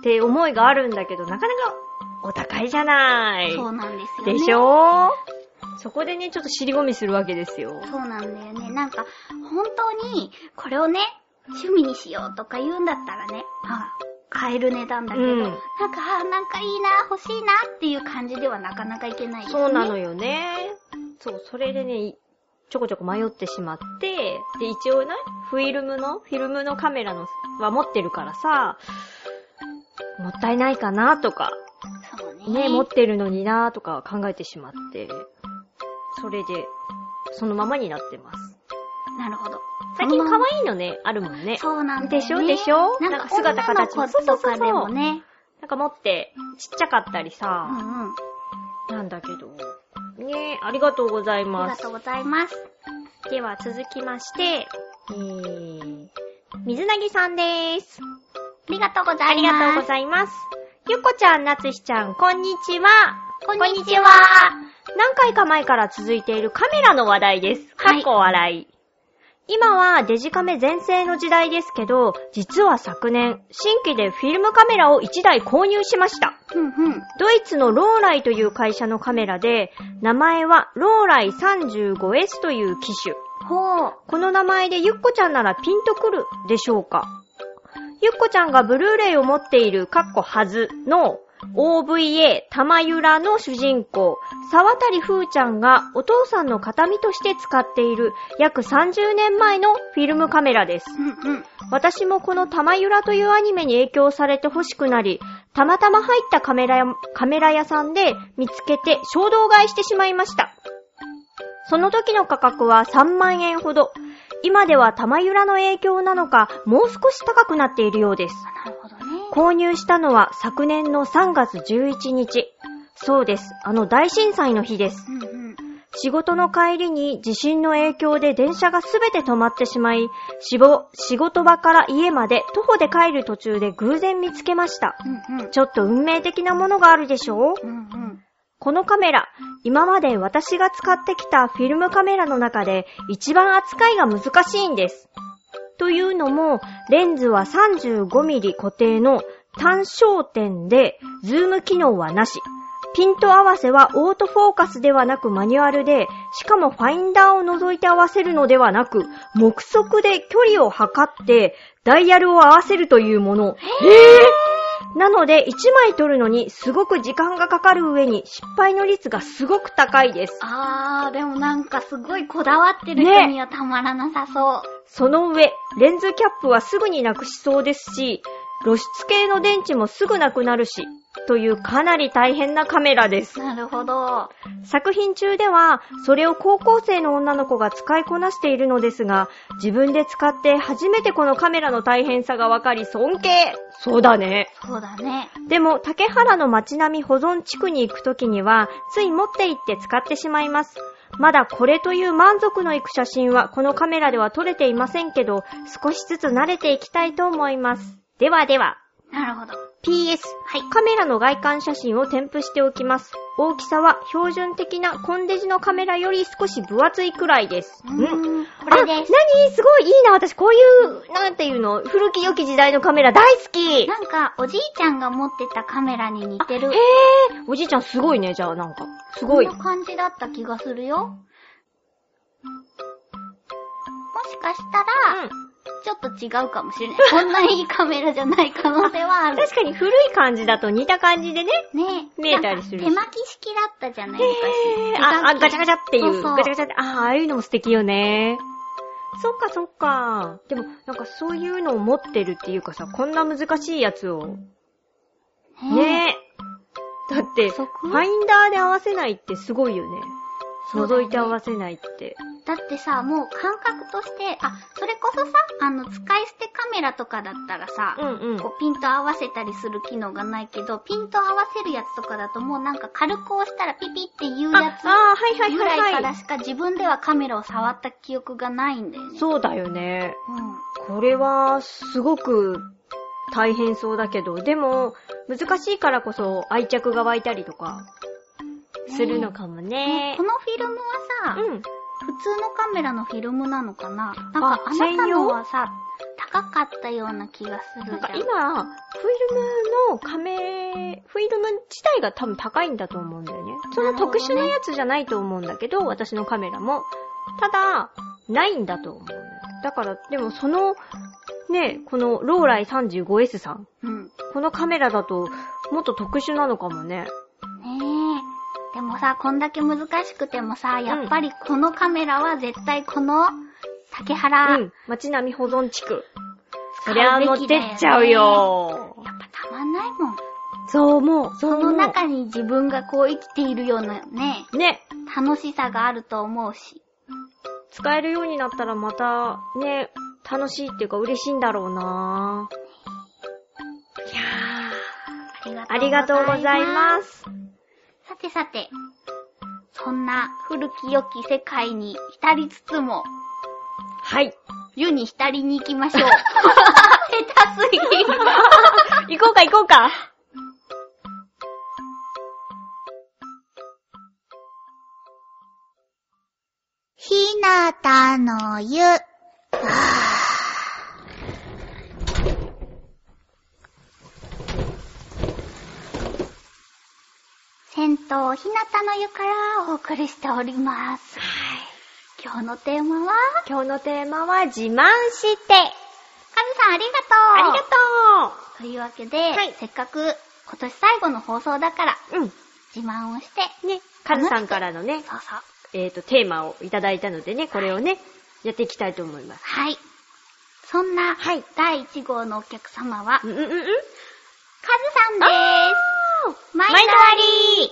[SPEAKER 2] って思いがあるんだけど、なかなかお高いじゃない。
[SPEAKER 1] そうなんですよね。
[SPEAKER 2] でしょそこでね、ちょっと尻込みするわけですよ。
[SPEAKER 1] そうなんだよね。なんか、本当に、これをね、趣味にしようとか言うんだったらね、あ買える値段だけど、
[SPEAKER 2] うん
[SPEAKER 1] なんか、あなんかいいな、欲しいなっていう感じではなかなかいけないですね。
[SPEAKER 2] そうなのよね。そう、それでね、いちょこちょこ迷ってしまって、で、一応ね、フィルムの、フィルムのカメラのは持ってるからさ、もったいないかなとか、
[SPEAKER 1] そうね。
[SPEAKER 2] ね、持ってるのになとか考えてしまって、それで、そのままになってます。
[SPEAKER 1] なるほど。
[SPEAKER 2] 最近可
[SPEAKER 1] い
[SPEAKER 2] 愛いのね、あるもんね。
[SPEAKER 1] そうなんだよね。
[SPEAKER 2] でしょでしょ
[SPEAKER 1] な
[SPEAKER 2] なん
[SPEAKER 1] んか
[SPEAKER 2] か姿
[SPEAKER 1] 女の
[SPEAKER 2] 形も
[SPEAKER 1] 子とかでもね。
[SPEAKER 2] なんか持って、ちっちゃかったり
[SPEAKER 1] う
[SPEAKER 2] さ、
[SPEAKER 1] んうん。
[SPEAKER 2] なんだけど。ねありがとうござい
[SPEAKER 1] あり
[SPEAKER 2] ま
[SPEAKER 1] が
[SPEAKER 2] す
[SPEAKER 1] とう。ございます。
[SPEAKER 2] では続きまして、えー、水なぎさんです。
[SPEAKER 1] ありがとうございます。
[SPEAKER 2] ありがとうございます。ゆっこちゃん、なつひちゃん、こんにちは。
[SPEAKER 1] こんにちは。
[SPEAKER 2] 何回か前から続いているカメラの話題です。
[SPEAKER 1] は
[SPEAKER 2] か
[SPEAKER 1] い
[SPEAKER 2] っこ笑い。今はデジカメ全盛の時代ですけど、実は昨年、新規でフィルムカメラを1台購入しました。
[SPEAKER 1] うんうん。
[SPEAKER 2] ドイツのローライという会社のカメラで、名前はローライ 35S という機種。
[SPEAKER 1] ほう。
[SPEAKER 2] この名前でゆっこちゃんならピンとくるでしょうかゆっこちゃんがブルーレイを持っているカッコはずの OVA 玉ゆらの主人公、沢渡風ちゃんがお父さんの形見として使っている約30年前のフィルムカメラです。
[SPEAKER 1] うんうん。
[SPEAKER 2] 私もこの玉ゆらというアニメに影響されて欲しくなり、たまたま入ったカメラやカメラ屋さんで見つけて衝動買いしてしまいました。その時の価格は3万円ほど。今では玉ゆらの影響なのか、もう少し高くなっているようです。
[SPEAKER 1] なるほどね。
[SPEAKER 2] 購入したのは昨年の3月11日。そうです。あの大震災の日です。
[SPEAKER 1] うんうん。
[SPEAKER 2] 仕事の帰りに地震の影響で電車がすべて止まってしまい、死亡、仕事場から家まで徒歩で帰る途中で偶然見つけました。
[SPEAKER 1] うんうん。
[SPEAKER 2] ちょっと運命的なものがあるでしょう
[SPEAKER 1] うんうん。
[SPEAKER 2] このカメラ、今まで私が使ってきたフィルムカメラの中で一番扱いが難しいんです。というのも、レンズは 35mm 固定の単焦点で、ズーム機能はなし。ピント合わせはオートフォーカスではなくマニュアルで、しかもファインダーを覗いて合わせるのではなく、目測で距離を測って、ダイヤルを合わせるというもの。えーなので、1枚撮るのにすごく時間がかかる上に失敗の率がすごく高いです。
[SPEAKER 1] あー、でもなんかすごいこだわってる人にはたまらなさそう。
[SPEAKER 2] その上、レンズキャップはすぐになくしそうですし、露出系の電池もすぐなくなるし、というかなり大変なカメラです。
[SPEAKER 1] なるほど。
[SPEAKER 2] 作品中では、それを高校生の女の子が使いこなしているのですが、自分で使って初めてこのカメラの大変さがわかり尊敬そうだね。
[SPEAKER 1] そうだね。
[SPEAKER 2] でも、竹原の町並み保存地区に行くときには、つい持って行って使ってしまいます。まだこれという満足のいく写真はこのカメラでは撮れていませんけど、少しずつ慣れていきたいと思います。ではでは、
[SPEAKER 1] なるほど。
[SPEAKER 2] PS、
[SPEAKER 1] はい
[SPEAKER 2] カメラの外観写真を添付しておきます。大きさは標準的なコンデジのカメラより少し分厚いくらいです。
[SPEAKER 1] うーん、これです。
[SPEAKER 2] あ、なにすごいいいな。私こういう、なんていうの、古き良き時代のカメラ大好き。
[SPEAKER 1] なんか、おじいちゃんが持ってたカメラに似てる
[SPEAKER 2] へ。え、おじいちゃんすごいね、じゃあなんか。す
[SPEAKER 1] こ
[SPEAKER 2] ご
[SPEAKER 1] ん
[SPEAKER 2] い。
[SPEAKER 1] な感じだった気がするよ。もしかしたら、
[SPEAKER 2] う
[SPEAKER 1] ちょっと違うかも
[SPEAKER 2] <laughs>
[SPEAKER 1] しれない。こんないいカメラじゃない可能性はあ
[SPEAKER 2] ん、
[SPEAKER 1] る。
[SPEAKER 2] 確かに古い感じだと似た感じでね。
[SPEAKER 1] ねえ。
[SPEAKER 2] 見えたりするし
[SPEAKER 1] なんか手巻き式だったじゃない
[SPEAKER 2] へ
[SPEAKER 1] 昔。
[SPEAKER 2] ーあ、あガチャガチャってい。
[SPEAKER 1] そううそう
[SPEAKER 2] ガチャガチャって、あーああいうのも素敵よね。そっかそっか。でも、なんかそういうのを持ってるっていうかさ、こんな難しいやつを。
[SPEAKER 1] え
[SPEAKER 2] ねえ。だって、フ
[SPEAKER 1] そこ
[SPEAKER 2] ァインダーで合わせないってすごいよね。
[SPEAKER 1] そうだよ
[SPEAKER 2] 覗
[SPEAKER 1] ね
[SPEAKER 2] いて合わせないって。
[SPEAKER 1] だってさ、もう感覚として、あ、それこそさ、あの、使い捨てカメラとかだったらさ、
[SPEAKER 2] うんうん。
[SPEAKER 1] こうピント合わせたりする機能がないけど、ピント合わせるやつとかだともうなんか軽く押したらピピっていう
[SPEAKER 2] あ、あ
[SPEAKER 1] や
[SPEAKER 2] ー、はいは
[SPEAKER 1] つ
[SPEAKER 2] い
[SPEAKER 1] ぐ
[SPEAKER 2] は
[SPEAKER 1] らい
[SPEAKER 2] いは
[SPEAKER 1] か
[SPEAKER 2] い。
[SPEAKER 1] らしか自分ではカメラを触った記憶がないんだよね。
[SPEAKER 2] そうだよね。
[SPEAKER 1] うん。
[SPEAKER 2] これは、すごく、大変そうだけど、でも、難しいからこそ愛着が湧いたりとか、するのかも
[SPEAKER 1] ね
[SPEAKER 2] ね。
[SPEAKER 1] このフィルムはさ、
[SPEAKER 2] うん。
[SPEAKER 1] 普通のカメラのフィルムなのかななんか
[SPEAKER 2] あ
[SPEAKER 1] あなた
[SPEAKER 2] 専用
[SPEAKER 1] のはさ、高かったような気がするじゃ
[SPEAKER 2] な
[SPEAKER 1] ん。
[SPEAKER 2] んか今、フィルムのカメ、フィルム自体が多分高いんだと思うんだよね。そんな
[SPEAKER 1] なるほど
[SPEAKER 2] 特
[SPEAKER 1] ね
[SPEAKER 2] 殊なやつじゃないと思うんだけど、私のカメラも。ただ、ないんだと思うのよ。だから、でもその、ね、このローライ 35S さん。
[SPEAKER 1] うん。
[SPEAKER 2] このカメラだと、もっと特殊なのかもね。
[SPEAKER 1] ねえ。でもさ、こんだけ難しくてもさ、やっぱりこのカメラは絶対この竹原、
[SPEAKER 2] うん。街並み保存地区。
[SPEAKER 1] 使
[SPEAKER 2] そうりゃ持っ
[SPEAKER 1] べきだ
[SPEAKER 2] て
[SPEAKER 1] よね
[SPEAKER 2] っちゃう。よ。
[SPEAKER 1] やっぱたまんないもん。
[SPEAKER 2] そう思う。そ
[SPEAKER 1] そう
[SPEAKER 2] 思
[SPEAKER 1] の
[SPEAKER 2] う。
[SPEAKER 1] 中に自分がこう生きているようなね、
[SPEAKER 2] ね。
[SPEAKER 1] 楽しさがあると思うし。。
[SPEAKER 2] 使えるようになったらまた、ね、楽しいっていうか嬉しいんだろうなぁ。いやー、ありがとうございますす。
[SPEAKER 1] さてさて、そんな古き良き世界に浸りつつも、
[SPEAKER 2] <laughs> はい。
[SPEAKER 1] 湯に浸りに行きまし
[SPEAKER 2] <laughs>
[SPEAKER 1] ょう。下 <laughs> 手すぎ。
[SPEAKER 2] 行こうか行こうか。
[SPEAKER 1] ひなたの湯。銭湯ひなたの湯からお送りしております。今日のテーマは、
[SPEAKER 2] 今日のテーマは自慢して。
[SPEAKER 1] カズさんあり
[SPEAKER 2] あ
[SPEAKER 1] がとうと
[SPEAKER 2] りがと
[SPEAKER 1] いうわけで、
[SPEAKER 2] はい
[SPEAKER 1] せっかく今年最後の放送だから、
[SPEAKER 2] う。う
[SPEAKER 1] 自慢をして、
[SPEAKER 2] ん。ね、カズさんからのね、
[SPEAKER 1] そうそう。
[SPEAKER 2] えっ、と、テーマをいただいたのでね、これをね、やっていきたいと思います。
[SPEAKER 1] はい。そんな、
[SPEAKER 2] はい
[SPEAKER 1] 第1号のお客様は、カ
[SPEAKER 2] う
[SPEAKER 1] ズ
[SPEAKER 2] んうんうんう
[SPEAKER 1] さん
[SPEAKER 2] ん。
[SPEAKER 1] です。毎度あり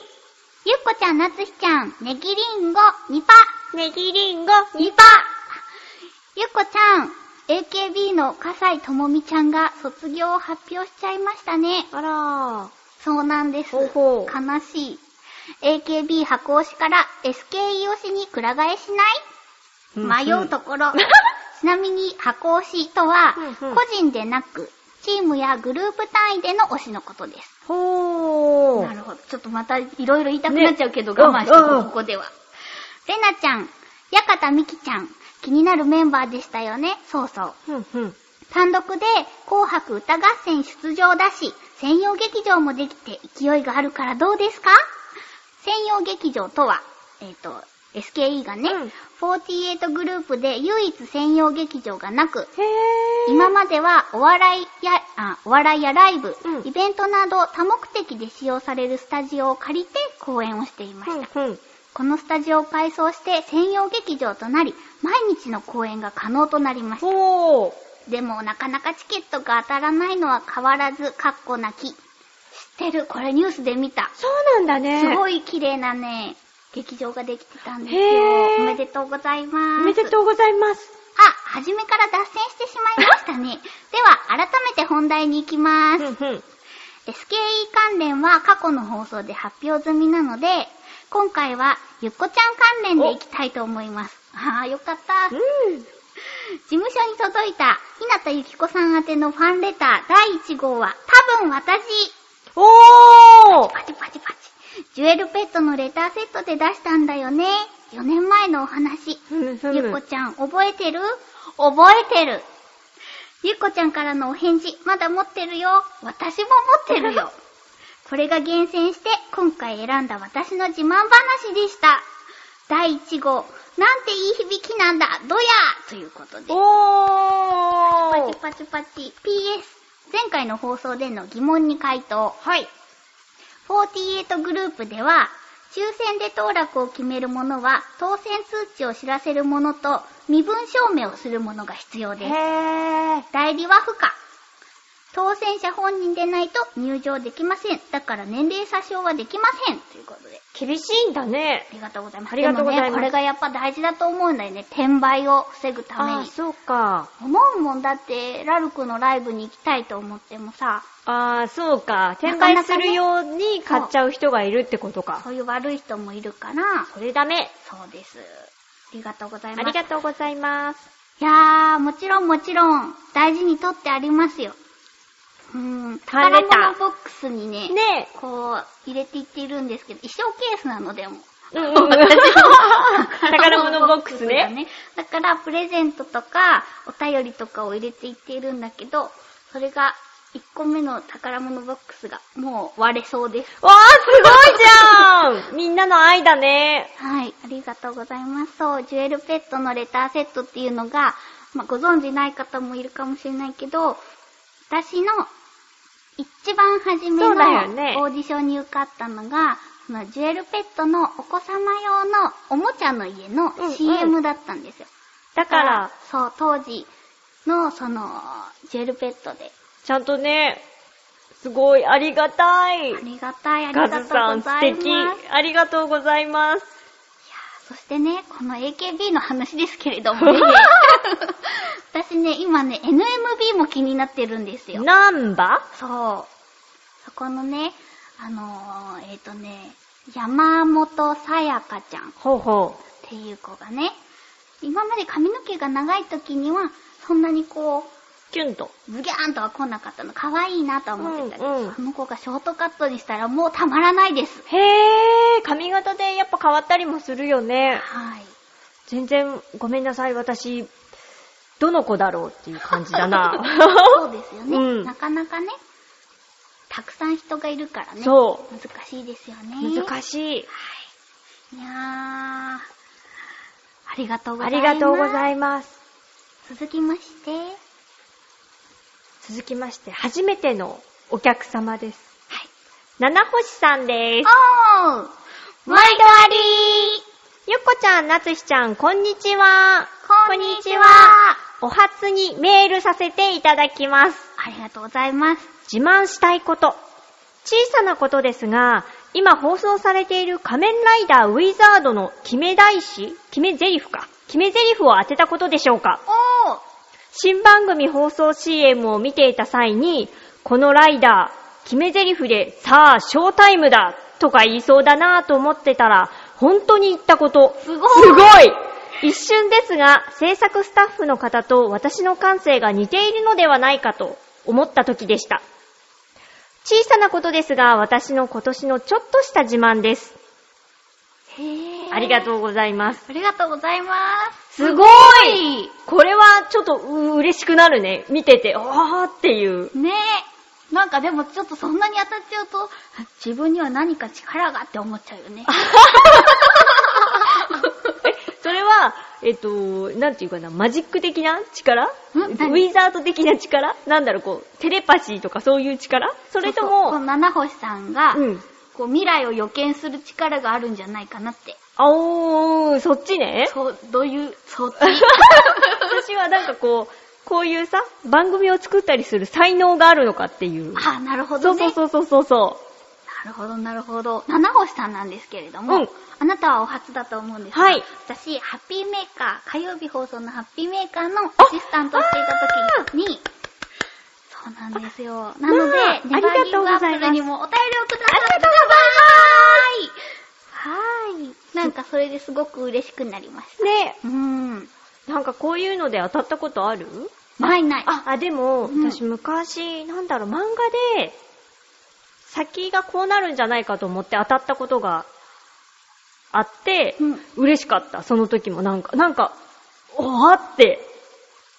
[SPEAKER 1] ゆっこちゃん、なつひちゃん、ねぎりんご、にぱ、
[SPEAKER 2] ネギリンゴ。
[SPEAKER 1] にぱゆっこちゃん、AKB の笠井ともみちゃんが卒業を発表しちゃいましたね。
[SPEAKER 2] あらー。
[SPEAKER 1] そうなんです。
[SPEAKER 2] ほうほう
[SPEAKER 1] 悲しい。AKB 箱推しから SKE 推しにくら替えしない迷うとこ
[SPEAKER 2] <laughs>
[SPEAKER 1] ろ。ちなみに箱推しとは
[SPEAKER 2] うんうん、
[SPEAKER 1] 個人でなく、チームやグループ単位での推しのことです。
[SPEAKER 2] ほー。
[SPEAKER 1] なるほど。ちょっとまたいろいろ言いたくなっちゃうけど、我慢して
[SPEAKER 2] うんう
[SPEAKER 1] こ
[SPEAKER 2] ん
[SPEAKER 1] うここでは。レナちゃん、ヤカタミキちゃん、気になるメンバーでしたよね。そうそう。
[SPEAKER 2] うんうん。
[SPEAKER 1] 単独で紅白歌合戦出場だし、専用劇場もできて勢いがあるからどうですか専用劇場とは、えっ、と、SKE がね、
[SPEAKER 2] うん
[SPEAKER 1] 48グループで唯一専用劇場がなく、
[SPEAKER 2] へー。
[SPEAKER 1] 今まではお笑いや、あ、お笑いやライブ、
[SPEAKER 2] うん
[SPEAKER 1] イベントなど多目的で使用されるスタジオを借りて公演をしていました。
[SPEAKER 2] うんうん。
[SPEAKER 1] このスタジオを改装して専用劇場となり、毎日の公演が可能となりました。
[SPEAKER 2] ほー。
[SPEAKER 1] でもなかなかチケットが当たらないのは変わらず、かっこなき。知ってる、これニュースで見た。
[SPEAKER 2] そうなんだね。
[SPEAKER 1] す
[SPEAKER 2] い。
[SPEAKER 1] ごい綺麗なね、劇場ができてたんですよ。
[SPEAKER 2] へ
[SPEAKER 1] お
[SPEAKER 2] ー
[SPEAKER 1] めでとうございます。
[SPEAKER 2] おめでとうございます。
[SPEAKER 1] あ、初めから脱線してしまいました
[SPEAKER 2] <laughs>
[SPEAKER 1] ね。では、改めて本題に行きま
[SPEAKER 2] うん
[SPEAKER 1] す。
[SPEAKER 2] うん。
[SPEAKER 1] SKE 関連は過去の放送で発表済みなので、今回はゆっこちゃん関連でいきたいと思います。あー、よかった。
[SPEAKER 2] うん。
[SPEAKER 1] 事務所に届いた、日向ゆきこさん宛てのファンレター第1号は、多分私、
[SPEAKER 2] おー
[SPEAKER 1] パチパチパチ。ジュエルペットのレターセットで出したんだよね。4年前のお話。
[SPEAKER 2] うんうん
[SPEAKER 1] ゆっこちゃん、覚えてる覚えてる。ゆっこちゃんからのお返事、まだ持ってるよ。私も持ってるよ。これが厳選して、今回選んだ私の自慢話でした。第1号、なんていい響きなんだ、どやということで。パ
[SPEAKER 2] お
[SPEAKER 1] チパチパチ。PS、前回の放送での疑問に回答。
[SPEAKER 2] はい。
[SPEAKER 1] 48グループでは、抽選で当落を決めるものは、当選通知を知らせるものと、身分証明をするものが必要です。
[SPEAKER 2] へー。
[SPEAKER 1] 代理は不可。当選者本人でないと入場できません。だから年齢詐称はできません。ということで。
[SPEAKER 2] 厳しいんだね
[SPEAKER 1] あ。りがとうございます。
[SPEAKER 2] ありがとうございま
[SPEAKER 1] で
[SPEAKER 2] す
[SPEAKER 1] もね、これがやっぱ大事だと思うんだよね。転売を防ぐため
[SPEAKER 2] あー、
[SPEAKER 1] に。
[SPEAKER 2] そうか。
[SPEAKER 1] 思うもんだって、ラルクのライブに行きたいと思ってもさ、
[SPEAKER 2] あー、そうか。
[SPEAKER 1] な
[SPEAKER 2] 転
[SPEAKER 1] かなかね
[SPEAKER 2] 売するように買っちゃう人がいるってことか。
[SPEAKER 1] そういう悪い人もいるから、
[SPEAKER 2] それダメ。
[SPEAKER 1] そうです。ありがとうござ
[SPEAKER 2] あ
[SPEAKER 1] います。
[SPEAKER 2] りがとうございます。
[SPEAKER 1] いやー、もちろんもちろん、大事にとってありますよ。うーん、
[SPEAKER 2] ファンレ
[SPEAKER 1] 宝
[SPEAKER 2] ター
[SPEAKER 1] 物ボックスにね、
[SPEAKER 2] ね
[SPEAKER 1] こう、入れていっているんですけど、衣装ケースなのでも。
[SPEAKER 2] え。うん
[SPEAKER 1] <laughs>
[SPEAKER 2] うんうん。宝物ボックス
[SPEAKER 1] だ
[SPEAKER 2] ね。。
[SPEAKER 1] だから、プレゼントとか、お便りとかを入れていっているんだけど、それが、1個目の宝物ボックスが、もう割れそうです。
[SPEAKER 2] わー、すごいじゃんみんなの愛だね。
[SPEAKER 1] はい、ありがとうございます。そう、ジュエルペットのレターセットっていうのが、まあ、ご存知ない方もいるかもしれないけど、私の一番初めの
[SPEAKER 2] そ
[SPEAKER 1] オ
[SPEAKER 2] うだよね
[SPEAKER 1] ーディションに受かったのが、そのジュエルペットのお子様用のおもちゃの家の
[SPEAKER 2] うんうん
[SPEAKER 1] CM だったんですよ。
[SPEAKER 2] だから、、
[SPEAKER 1] そう、当時のその、ジュエルペットで。
[SPEAKER 2] ちゃんとね、すごい、ありがたい。
[SPEAKER 1] ありがたい、ありが
[SPEAKER 2] ガ
[SPEAKER 1] とう
[SPEAKER 2] ズ
[SPEAKER 1] ござ
[SPEAKER 2] さ
[SPEAKER 1] いま
[SPEAKER 2] ん、素
[SPEAKER 1] す。
[SPEAKER 2] 敵。ありがとうございます。
[SPEAKER 1] そしてね、この AKB の話ですけれど
[SPEAKER 2] <laughs>
[SPEAKER 1] もね、私ね、今ね、NMB も気になってるんですよ。
[SPEAKER 2] ナンバ
[SPEAKER 1] そう。そこのね、あのー、えっ、とね、山本さやかちゃんっ
[SPEAKER 2] ほうほ
[SPEAKER 1] ていう子がね、今まで髪の毛が長い時には、そんなにこう、
[SPEAKER 2] う。キュンと。
[SPEAKER 1] ズギャーンとは来なかったの、可愛いなとは思ってたけど、
[SPEAKER 2] うんうん
[SPEAKER 1] その子がショートカットにしたらもうたまらないです。
[SPEAKER 2] へー、髪型でやっぱ変わったりもするよね。
[SPEAKER 1] はい。
[SPEAKER 2] 全然、ごめんなさい、私、どの子だろうっていう感じだ
[SPEAKER 1] <laughs>
[SPEAKER 2] な。
[SPEAKER 1] そうですよね、
[SPEAKER 2] うん
[SPEAKER 1] なかなかね、たくさん人がいるからね。
[SPEAKER 2] そ
[SPEAKER 1] 難しいですよね。
[SPEAKER 2] う。難しい。
[SPEAKER 1] いやー、ありがとうござ
[SPEAKER 2] あ
[SPEAKER 1] います。
[SPEAKER 2] りがとうござ
[SPEAKER 1] い
[SPEAKER 2] います。
[SPEAKER 1] ます。続きまして、はい、
[SPEAKER 2] 続きまして、初めてのお客様です。七星さんです。
[SPEAKER 1] おー毎度あり
[SPEAKER 2] ゆっこちゃん、なつひちゃん、こんにちは。
[SPEAKER 1] ーこんにちは
[SPEAKER 2] お初にメールさせていただきます。
[SPEAKER 1] ありがとうございます。
[SPEAKER 2] 自慢したいこと。小さなことですが、今放送されている仮面ライダーウィザードの決め台詞決め台詞か。決め台詞を当てたことでしょうか。
[SPEAKER 1] おー
[SPEAKER 2] 新番組放送 CM を見ていた際に、このライダー、決め台詞で、さあ、ショータイムだとか言いそうだなぁと思ってたら、本当に言ったこと。
[SPEAKER 1] すごい
[SPEAKER 2] すごい一瞬ですが、制作スタッフの方と私の感性が似ているのではないかと思った時でした。小さなことですが、私の今年のちょっとした自慢です。
[SPEAKER 1] へー。
[SPEAKER 2] ありが
[SPEAKER 1] う。
[SPEAKER 2] とうございます。
[SPEAKER 1] ありがとうございます。
[SPEAKER 2] すごいこれはちょっとう嬉しくなるね。見てて、あーっていう。
[SPEAKER 1] ねなんかでもちょっとそんなに当たっちゃうと、自分には何か力がって思っちゃうよね。
[SPEAKER 2] それは、えっと、なんていうかな、マジック的な力ウ
[SPEAKER 1] 何
[SPEAKER 2] ィザード的な力なんだろう、こう、テレパシーとかそういう力それと
[SPEAKER 1] うそうこ
[SPEAKER 2] も、
[SPEAKER 1] う七星さんが、
[SPEAKER 2] うん。
[SPEAKER 1] こう未来を予見する力があるんじゃないかなって。
[SPEAKER 2] あおー、そっちね。
[SPEAKER 1] そう、どういう、そう、
[SPEAKER 2] 私はなんかこう、こういうさ、番組を作ったりする才能があるのかっていう。
[SPEAKER 1] <laughs> あ、なるほ
[SPEAKER 2] そ
[SPEAKER 1] ど
[SPEAKER 2] う
[SPEAKER 1] ね。
[SPEAKER 2] そうそうそうそうそ
[SPEAKER 1] なるほど、なるほど。七星さんなんですけれども、
[SPEAKER 2] うん
[SPEAKER 1] あなたはお初だと思うんですが、
[SPEAKER 2] はい
[SPEAKER 1] 私、ハッピーメーカー、火曜日放送のハッピーメーカーのアシスタントをしていた時に、そうなんですよ。なの
[SPEAKER 2] まあ
[SPEAKER 1] で、ネバーギブアップルにもお便りをくださってくださいはーい。なんかそれですごく嬉しくなりまし
[SPEAKER 2] う。ね
[SPEAKER 1] た。うーん。
[SPEAKER 2] なんかこういうので当たったことある
[SPEAKER 1] ないない。
[SPEAKER 2] あ、あ、でも、
[SPEAKER 1] うん
[SPEAKER 2] 私昔、なんだろう、漫画で、先がこうなるんじゃないかと思って当たったことがあって、
[SPEAKER 1] うん
[SPEAKER 2] 嬉しかった、その時も。なんか、なんか、おーって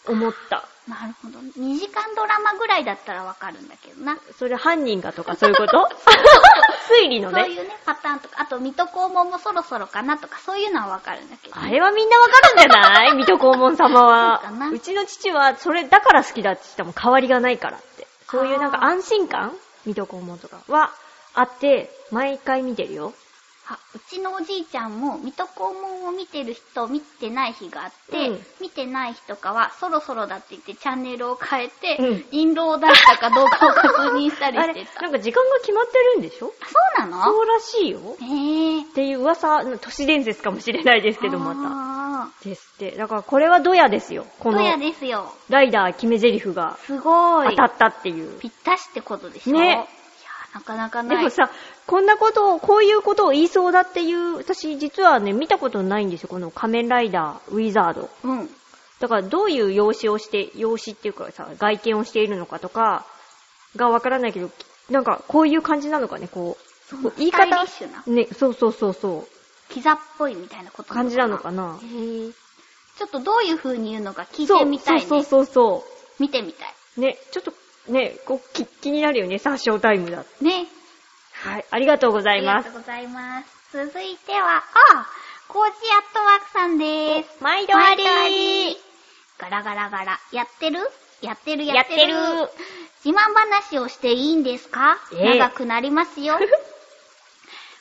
[SPEAKER 2] 思った。
[SPEAKER 1] なるほど。2時間ドラマぐらいだったらわかるんだけどな。
[SPEAKER 2] それ犯人がとかそういうこと
[SPEAKER 1] <laughs>
[SPEAKER 2] 推理の
[SPEAKER 1] そう
[SPEAKER 2] ね。
[SPEAKER 1] いうね、パターンとか、あと、水戸黄門もそろそろかなとか、そういうのはわかるんだけど。
[SPEAKER 2] あれはみんなわかるんじゃない水戸黄門様は
[SPEAKER 1] そうかな。
[SPEAKER 2] うちの父はそれだから好きだって言っても変わりがないからって。そういうなんか
[SPEAKER 1] あー
[SPEAKER 2] 安心感水戸黄門とかはあって、毎回見てるよ。
[SPEAKER 1] あうちのおじいちゃんも、水戸黄門を見てる人、見てない日があって、
[SPEAKER 2] うん
[SPEAKER 1] 見てない日とかは、そろそろだって言ってチャンネルを変えて、
[SPEAKER 2] うん
[SPEAKER 1] 印籠を出したかどうかを確認したり
[SPEAKER 2] <laughs> あ
[SPEAKER 1] し
[SPEAKER 2] れ
[SPEAKER 1] て、た。
[SPEAKER 2] なんか時間が決まってるんでしょ
[SPEAKER 1] あそうなの
[SPEAKER 2] そうらしいよ。っ
[SPEAKER 1] へぇー。
[SPEAKER 2] ていう噂、都市伝説かもしれないですけど、ま
[SPEAKER 1] ま
[SPEAKER 2] た。ですって。だからこれはドヤですよ。この
[SPEAKER 1] ど、やですよ。
[SPEAKER 2] ライダー決め台詞が
[SPEAKER 1] すご
[SPEAKER 2] 当
[SPEAKER 1] い
[SPEAKER 2] た。ったっていう。
[SPEAKER 1] ぴったしってことでしょ
[SPEAKER 2] ね
[SPEAKER 1] いやーなかなか
[SPEAKER 2] で
[SPEAKER 1] ない。
[SPEAKER 2] もさ、こんなことを、こういうことを言いそうだっていう、私実はね、見たことないんですよ。この仮面ライダー、ウィザード。
[SPEAKER 1] うん。
[SPEAKER 2] だからどういう容姿をして、容姿っていうかさ、外見をしているのかとか、がわからないけど、なんかこういう感じなのかね、こう。こう言い
[SPEAKER 1] スタイ
[SPEAKER 2] 方
[SPEAKER 1] リッシュな。
[SPEAKER 2] ね、そうそうそうそう。
[SPEAKER 1] キザっぽいみたいなこと
[SPEAKER 2] 感じなのかな
[SPEAKER 1] へぇちょっとどういう風に言うのか聞いてみたいね。
[SPEAKER 2] そうそうそうそ。
[SPEAKER 1] 見てみたいう
[SPEAKER 2] ね、ちょっと、ね、こう気気になるよね、殺傷タイムだ。。
[SPEAKER 1] ね。
[SPEAKER 2] はい、ありがとうござ
[SPEAKER 1] あ
[SPEAKER 2] い
[SPEAKER 1] りが
[SPEAKER 2] ま
[SPEAKER 1] と
[SPEAKER 2] す。
[SPEAKER 1] うございます。続いては、あコーチアットワークさんでーす。
[SPEAKER 2] 毎度
[SPEAKER 1] マ
[SPEAKER 2] あ
[SPEAKER 1] リ
[SPEAKER 2] り
[SPEAKER 1] ーガラガラガラ。やってるやってるや
[SPEAKER 2] や
[SPEAKER 1] っ
[SPEAKER 2] ってて
[SPEAKER 1] る
[SPEAKER 2] る
[SPEAKER 1] 自慢話をしていいんですか、
[SPEAKER 2] ええ
[SPEAKER 1] 長くなります
[SPEAKER 2] <laughs>
[SPEAKER 1] よ。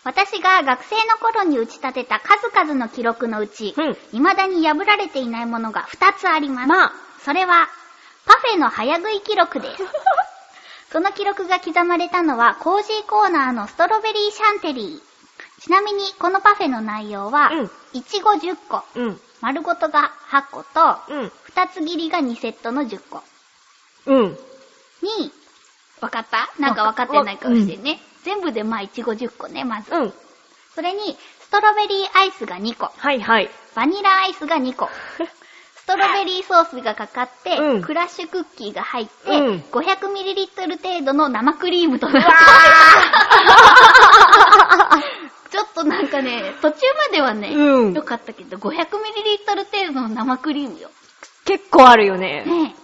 [SPEAKER 1] 私が学生の頃に打ち立てた数々の記録のうち、
[SPEAKER 2] うん
[SPEAKER 1] 未だに破られていないものが2つあります。
[SPEAKER 2] まあ、
[SPEAKER 1] それは、パフェの早食い記録
[SPEAKER 2] <laughs>
[SPEAKER 1] です。その記録が刻まれたのは、コージーコーナーのストロベリーシャンテリー。ちなみに、このパフェの内容は
[SPEAKER 2] うん、
[SPEAKER 1] いちご10個、
[SPEAKER 2] うん、
[SPEAKER 1] 丸ごとが8個と、
[SPEAKER 2] うん、
[SPEAKER 1] 2つ切りが2セットの10個。
[SPEAKER 2] うん。
[SPEAKER 1] に、わかったなんかわかってない顔してね。全部でまあ、いちご10個ね、まず。
[SPEAKER 2] うん。
[SPEAKER 1] それに、ストロベリーアイスが2個、
[SPEAKER 2] はいはい。
[SPEAKER 1] バニラアイスが2個、
[SPEAKER 2] <laughs>
[SPEAKER 1] ストロベリーソースがかかって、
[SPEAKER 2] うん
[SPEAKER 1] クラッシュクッキーが入って、
[SPEAKER 2] うん
[SPEAKER 1] 500ml 程度の生クリームとなってます <laughs> ちょっとなんかね、途中まではね、
[SPEAKER 2] うん
[SPEAKER 1] よかったけど、500ml 程度の生クリームよ。
[SPEAKER 2] 結構あるよね。
[SPEAKER 1] ね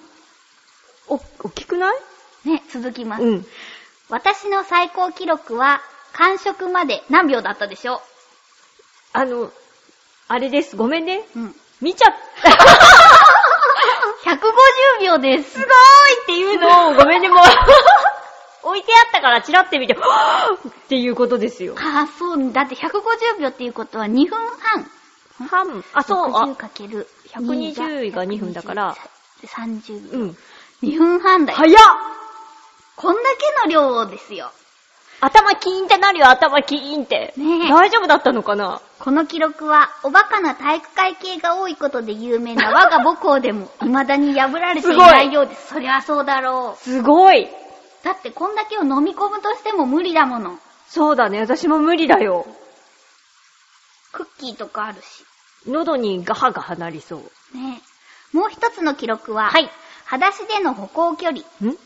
[SPEAKER 2] お、大きくない
[SPEAKER 1] え、ねえ続きます。
[SPEAKER 2] うん。
[SPEAKER 1] 私の最高記録は、完食まで何秒だったでしょ
[SPEAKER 2] あの、あれです。ごめんね。
[SPEAKER 1] ううん。
[SPEAKER 2] 見ちゃったっ
[SPEAKER 1] 150秒です。すごい
[SPEAKER 2] ていうの <laughs> を、ごめんね、もう。置いてあったからチラって見て、はぁ <gasps> っていうことですよ。
[SPEAKER 1] ああ、そう、だって150秒っていうことは2分半。
[SPEAKER 2] 半、あ、そう、あ、
[SPEAKER 1] 60×120
[SPEAKER 2] 120が2分だから。
[SPEAKER 1] 30
[SPEAKER 2] う
[SPEAKER 1] 秒。
[SPEAKER 2] ん。
[SPEAKER 1] 2分半だよ。
[SPEAKER 2] 早っ
[SPEAKER 1] こんだけの量をですよ。
[SPEAKER 2] 頭キーンってなるよ、頭キーンって。
[SPEAKER 1] ねえ
[SPEAKER 2] 大丈夫だったのかな
[SPEAKER 1] この記録は、おバカな体育会系が多いことで有名な我が母校でも、 <laughs> 未だに破られていないようです。そりゃそうだろう。
[SPEAKER 2] すごい
[SPEAKER 1] だってこんだけを飲み込むとしても無理だもの。
[SPEAKER 2] そうだね、私も無理だよ。
[SPEAKER 1] クッキーとかあるし。
[SPEAKER 2] 喉にガハガハなりそ
[SPEAKER 1] ねえもう一つの記録は、
[SPEAKER 2] はい
[SPEAKER 1] 裸足での歩行距離。
[SPEAKER 2] う。ん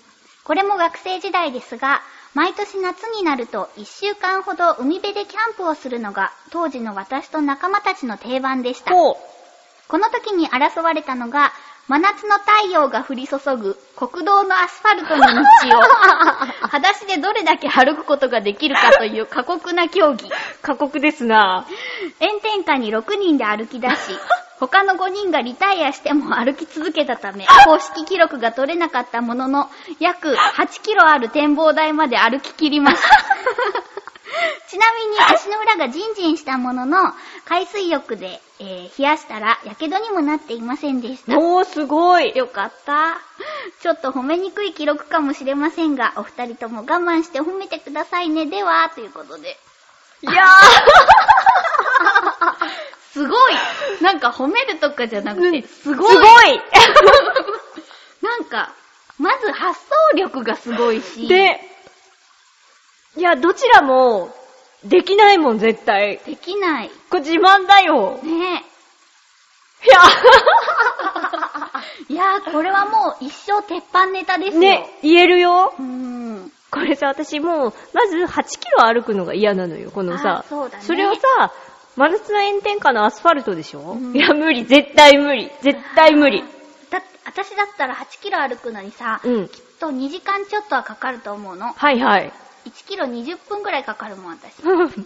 [SPEAKER 1] これも学生時代ですが、毎年夏になると1週間ほど海辺でキャンプをするのが当時の私と仲間たちの定番でした。
[SPEAKER 2] こう。
[SPEAKER 1] この時に争われたのが真夏の太陽が降り注ぐ国道のアスファルトの <laughs> 道を、裸足でどれだけ歩くことができるかという過酷な競技。
[SPEAKER 2] 過酷ですな
[SPEAKER 1] 炎天下に6人で歩 <laughs> き出し、他の5人がリタイアしても歩き続けた <laughs> ため、公式記録が取れなかったものの、約8キロある展望台まで歩き切り <laughs> ました。ちなみに足の裏がジンジンしたものの、海水浴で、えー冷やしたら、やけどにもなっていませんでした。
[SPEAKER 2] おー、すごい。
[SPEAKER 1] よかった。ちょっと褒めにくい記録かもしれませんが、お二人とも我慢して褒めてくださいね。では、ということで。
[SPEAKER 2] いや
[SPEAKER 1] すごいなんか褒めるとかじゃなく
[SPEAKER 2] ー、
[SPEAKER 1] て、すごい
[SPEAKER 2] す
[SPEAKER 1] <laughs>
[SPEAKER 2] ご
[SPEAKER 1] なんか、まず発想力がすごいし、
[SPEAKER 2] <laughs> いで、いや、どちらも、できないもん、絶対。
[SPEAKER 1] できない。
[SPEAKER 2] これ自慢だよ。
[SPEAKER 1] ね
[SPEAKER 2] いや
[SPEAKER 1] え。いやー、これはもう一生鉄板ネタですよ。
[SPEAKER 2] <laughs> ね、言えるよ
[SPEAKER 1] う。ーん。
[SPEAKER 2] これさ、私もう、まず8キロ歩くのが嫌なのよ、このさ
[SPEAKER 1] あ。そうだね
[SPEAKER 2] れをさ、真夏の炎天下のアスファルトでしょ、
[SPEAKER 1] うん
[SPEAKER 2] いや、無理、絶対無理、絶対無理。
[SPEAKER 1] だって、私だったら8キロ歩くのにさ、きっ
[SPEAKER 2] うん。
[SPEAKER 1] と2時間ちょっとはかかると思うの。
[SPEAKER 2] はいはい。
[SPEAKER 1] 1キロ20分くらいかかるもん、
[SPEAKER 2] <laughs>
[SPEAKER 1] 私。っ
[SPEAKER 2] うん
[SPEAKER 1] て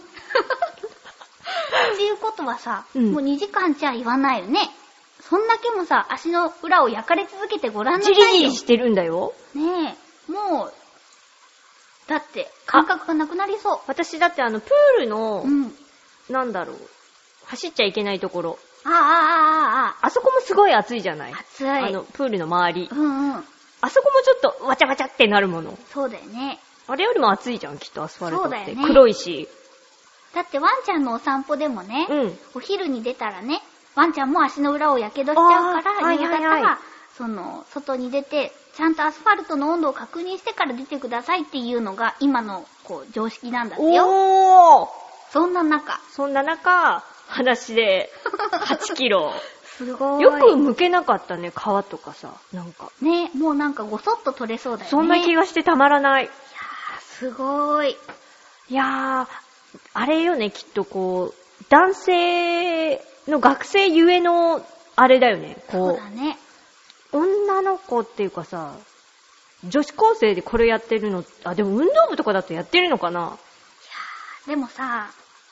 [SPEAKER 1] いうことはさ、
[SPEAKER 2] うん
[SPEAKER 1] もう2時間じゃ言わないよね。そんだけもさ、足の裏を焼かれ続けてごらんなさ
[SPEAKER 2] ジ
[SPEAKER 1] い
[SPEAKER 2] リ
[SPEAKER 1] よ。
[SPEAKER 2] ジリしてるんだよ。
[SPEAKER 1] ねえ、もう、だって、感覚がなくなりそう。
[SPEAKER 2] 私だってあの、プールの、
[SPEAKER 1] うん。
[SPEAKER 2] なんだろう、走っちゃいけないところ。
[SPEAKER 1] ああ、ああ、あ
[SPEAKER 2] あそこもすごい暑いじゃない
[SPEAKER 1] あ、暑い。
[SPEAKER 2] あの、プールの周り
[SPEAKER 1] う。んうん。
[SPEAKER 2] あそこもちょっと、わちゃわちゃってなるもの。
[SPEAKER 1] そうだよね。
[SPEAKER 2] あれよりも暑いじゃん、きっとアスファルト
[SPEAKER 1] そうだ
[SPEAKER 2] っ
[SPEAKER 1] よ
[SPEAKER 2] て。
[SPEAKER 1] ね
[SPEAKER 2] 黒いし。
[SPEAKER 1] だってワンちゃんのお散歩でもね、
[SPEAKER 2] うん。
[SPEAKER 1] お昼に出たらね、ワンちゃんも足の裏をやけどしちゃうか
[SPEAKER 2] あ
[SPEAKER 1] ら、
[SPEAKER 2] ー
[SPEAKER 1] 夕方は、
[SPEAKER 2] はいはいはい
[SPEAKER 1] その、外に出て、ちゃんとアスファルトの温度を確認してから出てくださいっていうのが、今の、こう、常識なんだってよ。
[SPEAKER 2] おー
[SPEAKER 1] そんな中、
[SPEAKER 2] そんな中、裸足で8
[SPEAKER 1] <laughs>
[SPEAKER 2] キロ。
[SPEAKER 1] すごい。
[SPEAKER 2] よく剥けなかったね、皮とかさ。なんか。
[SPEAKER 1] ね、もうなんかごそっと取れそうだよね。
[SPEAKER 2] そんな気
[SPEAKER 1] が。
[SPEAKER 2] がしてたまらない。
[SPEAKER 1] すごい。
[SPEAKER 2] いやー、あれよね、きっとこう、男性の学生ゆえの、あれだよね、
[SPEAKER 1] そう
[SPEAKER 2] こ
[SPEAKER 1] だね。
[SPEAKER 2] う、女の子っていうかさ、女子高生でこれやってるの、あ、でも運動部とかだとやってるのかな
[SPEAKER 1] でもさ、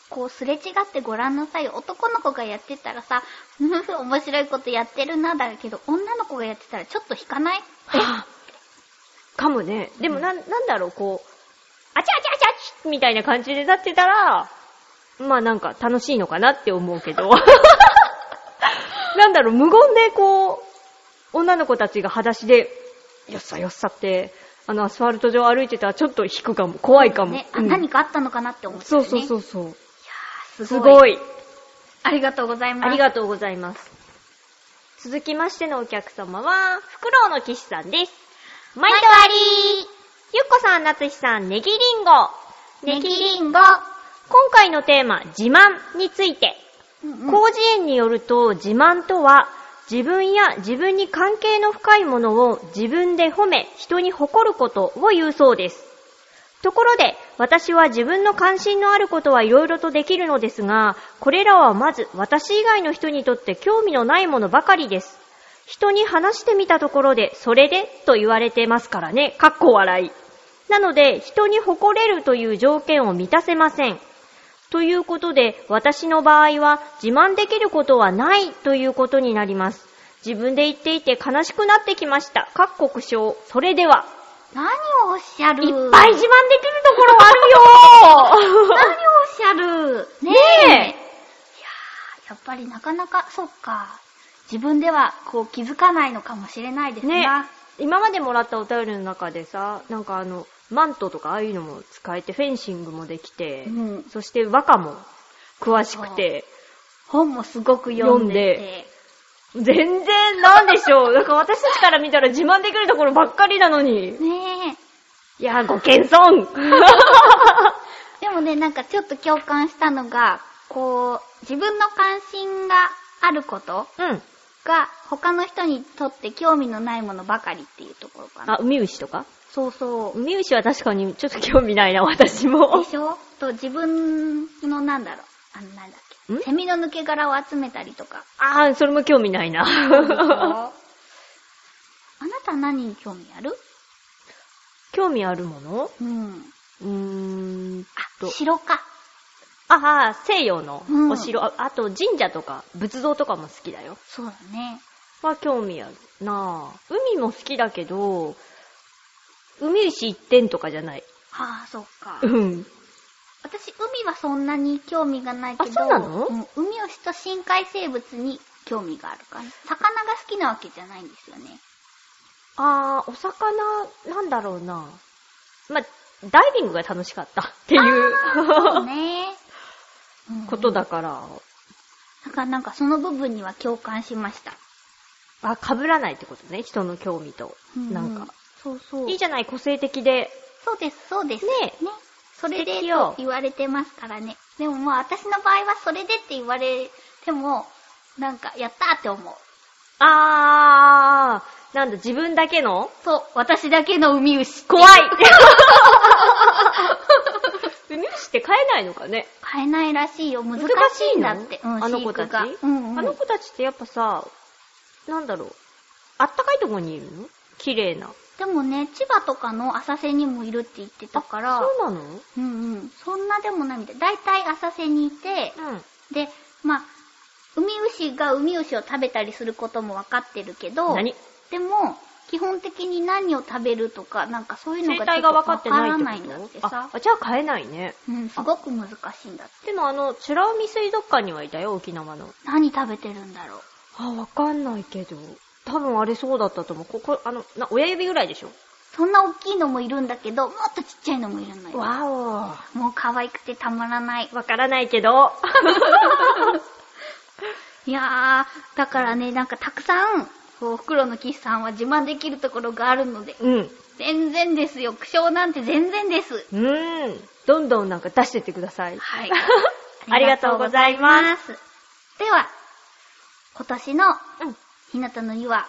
[SPEAKER 1] こうすれ違ってご覧の際、男の子がやってたらさ、 <laughs> ふふふ、面白いことやってるな、だけど、女の子がやってたらちょっと引かない
[SPEAKER 2] はぁ <laughs> かもね。でもな、ん、なんだろう、こう、あちゃあちゃあちゃあちみたいな感じでなってたら、まあなんか楽しいのかなって思う
[SPEAKER 1] <laughs>
[SPEAKER 2] けど。なんだろう、無言でこう、女の子たちが裸足で、よっさよっさって、あのアスファルト上歩いてたらちょっと引くかも、怖いかも。
[SPEAKER 1] ね、あ、
[SPEAKER 2] うん
[SPEAKER 1] 何かあったのかなって思って、ね。。
[SPEAKER 2] そうそうそううそう。
[SPEAKER 1] すごい。
[SPEAKER 2] すごい。
[SPEAKER 1] ありがとうございます。
[SPEAKER 2] ありがとうございます。続きましてのお客様は、フクロウの騎士さんです。毎
[SPEAKER 1] 毎
[SPEAKER 2] 度
[SPEAKER 1] 度あり
[SPEAKER 2] ゆっこさん、なつしさん、ネギリンゴ。
[SPEAKER 1] ネギリンゴ。
[SPEAKER 2] 今回のテーマ、自慢について。
[SPEAKER 1] うんうん
[SPEAKER 2] 広辞苑によると、自慢とは、自分や自分に関係の深いものを自分で褒め、人に誇ることを言うそうです。ところで、私は自分の関心のあることはいろいろとできるのですが、これらはまず私以外の人にとって興味のないものばかりです。人に話してみたところで、それでと言われてますからね。かっこ笑い。なので、人に誇れるという条件を満たせません。ということで、私の場合は自慢できることはないということになります。自分で言っていて悲しくなってきました。かっこ苦笑。それでは、
[SPEAKER 1] 何をおっしゃ
[SPEAKER 2] い
[SPEAKER 1] る
[SPEAKER 2] っぱい自慢できるところあるよ
[SPEAKER 1] 何をおっしゃる <laughs> ねえ。
[SPEAKER 2] ねえ
[SPEAKER 1] いやーやっぱりなかなか、そっか。自分では、こう気づかないのかもしれないです
[SPEAKER 2] ね
[SPEAKER 1] な。
[SPEAKER 2] 今までもらったお便りの中でさ、なんかあの、マントとかああいうのも使えて、フェンシングもできて、
[SPEAKER 1] うん
[SPEAKER 2] そして和歌も詳しくて、
[SPEAKER 1] 本もすごく読んでて。
[SPEAKER 2] 読ん全然なんでしょう。なんか私たちから見たら自慢できるところばっかりなのに。
[SPEAKER 1] ねえ。
[SPEAKER 2] いやー、ご謙遜
[SPEAKER 1] でもね、なんかちょっと共感したのが、こう、自分の関心があること
[SPEAKER 2] <laughs> うん。
[SPEAKER 1] が、他の人にとって興味のないものばかりっていうところかな。
[SPEAKER 2] あ、海牛とか
[SPEAKER 1] そうそう。
[SPEAKER 2] 海牛は確かにちょっと興味ないな、私も <laughs>
[SPEAKER 1] で。しょと、自分のなんだろう、あの、なんだっけ、
[SPEAKER 2] ん
[SPEAKER 1] <laughs> セミの抜け殻を集めたりとか。
[SPEAKER 2] あー、それも興味ないな。
[SPEAKER 1] でしょさん何に興味ある
[SPEAKER 2] <laughs> 興味あるもの
[SPEAKER 1] うん。
[SPEAKER 2] うーんと。
[SPEAKER 1] 城か。
[SPEAKER 2] ああ、西洋の
[SPEAKER 1] うん
[SPEAKER 2] お城、ああと神社とか仏像とかも好きだよ。
[SPEAKER 1] そうだね。
[SPEAKER 2] は興味あるなあ。海も好きだけど、海石一点とかじゃない。
[SPEAKER 1] はあ、そうか
[SPEAKER 2] う。ん。
[SPEAKER 1] 私、海はそんなに興味がないけど、
[SPEAKER 2] あそうなの
[SPEAKER 1] ん海を知った深海生物に興味があるから。魚が好きなわけじゃないんですよ
[SPEAKER 2] <laughs>
[SPEAKER 1] ね。
[SPEAKER 2] あー、お魚、なんだろうな。まあ、ダイビングが楽しかったっていう
[SPEAKER 1] そうね。うん
[SPEAKER 2] こと。だから、
[SPEAKER 1] だからなんかその部分には共感しました。
[SPEAKER 2] あ、被らないってことね、人の興味と。
[SPEAKER 1] う
[SPEAKER 2] なんか。。
[SPEAKER 1] そうそう。
[SPEAKER 2] いいじゃない、個性的で。
[SPEAKER 1] そうです、そうです。
[SPEAKER 2] ね
[SPEAKER 1] ね。それで
[SPEAKER 2] 素敵
[SPEAKER 1] と
[SPEAKER 2] よ
[SPEAKER 1] 言われてますからね。でもまあ私の場合はそれでって言われても、なんかやったーって思う。
[SPEAKER 2] あー、なんだ、自分だけの
[SPEAKER 1] そう、私だけの海牛。
[SPEAKER 2] 怖い
[SPEAKER 1] <laughs>
[SPEAKER 2] 海牛って飼えないのかね
[SPEAKER 1] 買えないらしいよ。難しいんだって。
[SPEAKER 2] 難しいの
[SPEAKER 1] うん、
[SPEAKER 2] あの子
[SPEAKER 1] 飼
[SPEAKER 2] たち
[SPEAKER 1] 育がうん、うん。
[SPEAKER 2] あの子たちってやっぱさ、なんだろう、あったかいとこにいるの綺麗な。
[SPEAKER 1] でもね、千葉とかの浅瀬にもいるって言ってたから、
[SPEAKER 2] そうなのう
[SPEAKER 1] うんうん。そんなでもないみたい。だいたい浅瀬にいて、
[SPEAKER 2] ん。
[SPEAKER 1] で、まあ、ウミウシがウミウシを食べたりすることも分かってるけど、
[SPEAKER 2] 何
[SPEAKER 1] でも、基本的に何を食べるとか、なんかそういうの
[SPEAKER 2] 生
[SPEAKER 1] が
[SPEAKER 2] 態が分かってない
[SPEAKER 1] わか
[SPEAKER 2] って
[SPEAKER 1] ら
[SPEAKER 2] こと
[SPEAKER 1] ないんだってさ
[SPEAKER 2] あ。あ、じゃあ飼えないね。
[SPEAKER 1] うん、すごく難しいんだって。
[SPEAKER 2] でもあの、美ら海水族館にはいたよ、沖縄の。
[SPEAKER 1] 何食べてるんだろう。
[SPEAKER 2] あ、わかんないけど。多分あれそうだったと思う。ここ、あの、な親指ぐらいでしょ
[SPEAKER 1] そんな大きいのもいるんだけど、もっとちっちゃいのもいるのよ。
[SPEAKER 2] わ
[SPEAKER 1] もう可愛くてたまらない
[SPEAKER 2] お。。わからないけ <laughs> ど。
[SPEAKER 1] いやー、だからね、なんかたくさん、こう、袋の岸さんは自慢できるところがあるので、
[SPEAKER 2] うん。う
[SPEAKER 1] 全然ですよ。苦笑なんて全然です。
[SPEAKER 2] ーん。どんどんなんか出してってください。
[SPEAKER 1] はい。。
[SPEAKER 2] <laughs> ありがとうございます
[SPEAKER 1] では、今年の
[SPEAKER 2] うん。
[SPEAKER 1] 日向の湯は、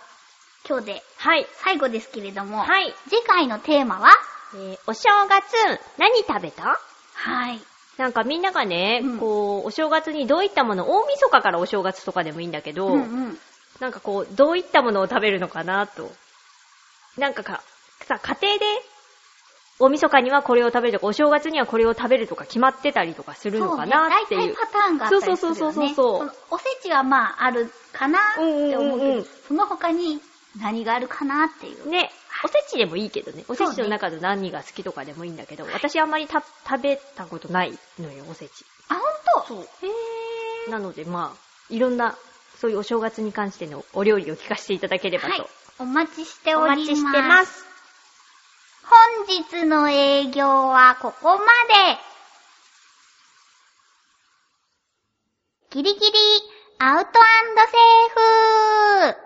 [SPEAKER 1] 今日で
[SPEAKER 2] はい。
[SPEAKER 1] 最後ですけれども、
[SPEAKER 2] はい。
[SPEAKER 1] 次回のテーマは、
[SPEAKER 2] えーお正月、何食べた
[SPEAKER 1] はい。
[SPEAKER 2] なんかみんながね、
[SPEAKER 1] うん
[SPEAKER 2] こう、お正月にどういったもの、大晦日からお正月とかでもいいんだけど、
[SPEAKER 1] うんうん。
[SPEAKER 2] なんかこう、どういったものを食べるのかなと。なんかか、さ、家庭で、大晦日にはこれを食べるとか、お正月にはこれを食べるとか決まってたりとかするのかなっていう。
[SPEAKER 1] そうね、大体パターンがあったりするよ、ね。
[SPEAKER 2] そうそうそうそうそう
[SPEAKER 1] のおせちはまああるかなって思うけど、
[SPEAKER 2] うんうんうん
[SPEAKER 1] その他に何があるかなっていう。
[SPEAKER 2] ね、おせちでもいいけどね。おせ
[SPEAKER 1] そう
[SPEAKER 2] ち
[SPEAKER 1] ね
[SPEAKER 2] の中の何が好きとかでもいいんだけど、私あんまりた食べたことないのよ、おせち。
[SPEAKER 1] あ、ほんとそう。へー。
[SPEAKER 2] なのでまあ、いろんな、そういうお正月に関してのお料理を聞かせていただければ
[SPEAKER 1] はい
[SPEAKER 2] と。。
[SPEAKER 1] お待ちして
[SPEAKER 2] お
[SPEAKER 1] おります。
[SPEAKER 2] 待ちしてます。
[SPEAKER 1] 本日の営業はここまで。ギリギリアウトセーフ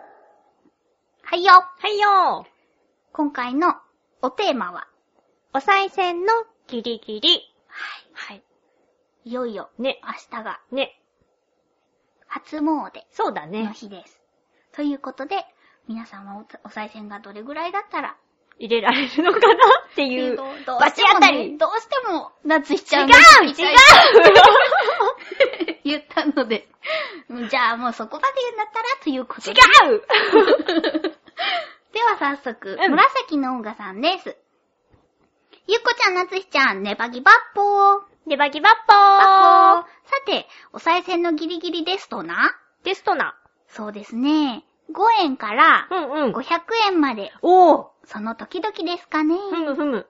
[SPEAKER 1] はいよ。
[SPEAKER 2] はいよ
[SPEAKER 1] 今回のおテーマは、
[SPEAKER 2] お賽銭のギリギリ。はい。
[SPEAKER 1] いよいよ
[SPEAKER 2] ね、
[SPEAKER 1] 明日が
[SPEAKER 2] ね、
[SPEAKER 1] 初詣
[SPEAKER 2] そうだ
[SPEAKER 1] の
[SPEAKER 2] ね。
[SPEAKER 1] 日です。ということで、皆さんはおお賽銭がどれぐらいだったら、
[SPEAKER 2] 入れられるのかなっていう。
[SPEAKER 1] どうしても
[SPEAKER 2] バチ当たり
[SPEAKER 1] ねどうしても、夏いっちゃう。
[SPEAKER 2] 違う違う
[SPEAKER 1] <laughs> 言ったので、じゃあもうそこまで言うんだったらということで。
[SPEAKER 2] 違う <laughs>
[SPEAKER 1] では早速、
[SPEAKER 2] うん
[SPEAKER 1] 紫の音がさんです。ゆっこちゃん、なつひちゃん、ネバギバッポー。
[SPEAKER 2] ネバギバッ
[SPEAKER 1] バッ
[SPEAKER 2] ポー
[SPEAKER 1] ポー。さて、お賽銭のギリギリですとな。
[SPEAKER 2] テストナ。
[SPEAKER 1] そうですね。5円から
[SPEAKER 2] うんうん。
[SPEAKER 1] 500円まで、
[SPEAKER 2] おー
[SPEAKER 1] その時々ですかね。
[SPEAKER 2] ふむふむ。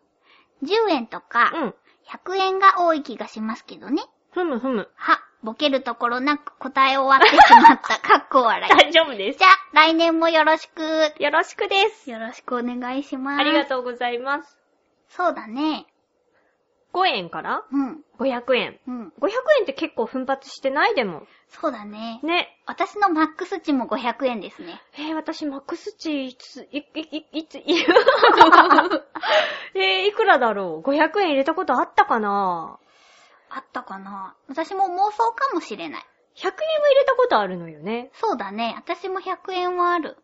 [SPEAKER 1] 10円とか、
[SPEAKER 2] うん。
[SPEAKER 1] 100円が多い気がしますけどね。
[SPEAKER 2] ふむふむ。
[SPEAKER 1] は、ボケるところなく答え終わってしま
[SPEAKER 2] <laughs>
[SPEAKER 1] った。かっこ笑い。
[SPEAKER 2] 大丈夫です
[SPEAKER 1] じ。ゃあ、来年もよろしく。
[SPEAKER 2] よろしくです。
[SPEAKER 1] よろしくお願いします。
[SPEAKER 2] ありが
[SPEAKER 1] う。
[SPEAKER 2] とうございます。
[SPEAKER 1] そうだね。
[SPEAKER 2] 5円から
[SPEAKER 1] うん、
[SPEAKER 2] 500円。
[SPEAKER 1] うん。
[SPEAKER 2] 500円って結構奮発してないでも。
[SPEAKER 1] そうだね。
[SPEAKER 2] ね。
[SPEAKER 1] 私のマックス値も500円ですね。
[SPEAKER 2] えー、私、マックス値、いつ、い、い、い、いつ、 <laughs> い、えー、いくらだろう ?500 円入れたことあったかな
[SPEAKER 1] あったかな私も妄想かもしれない。
[SPEAKER 2] ?100 円は入れたことあるのよね。
[SPEAKER 1] そうだね。私も100円はある。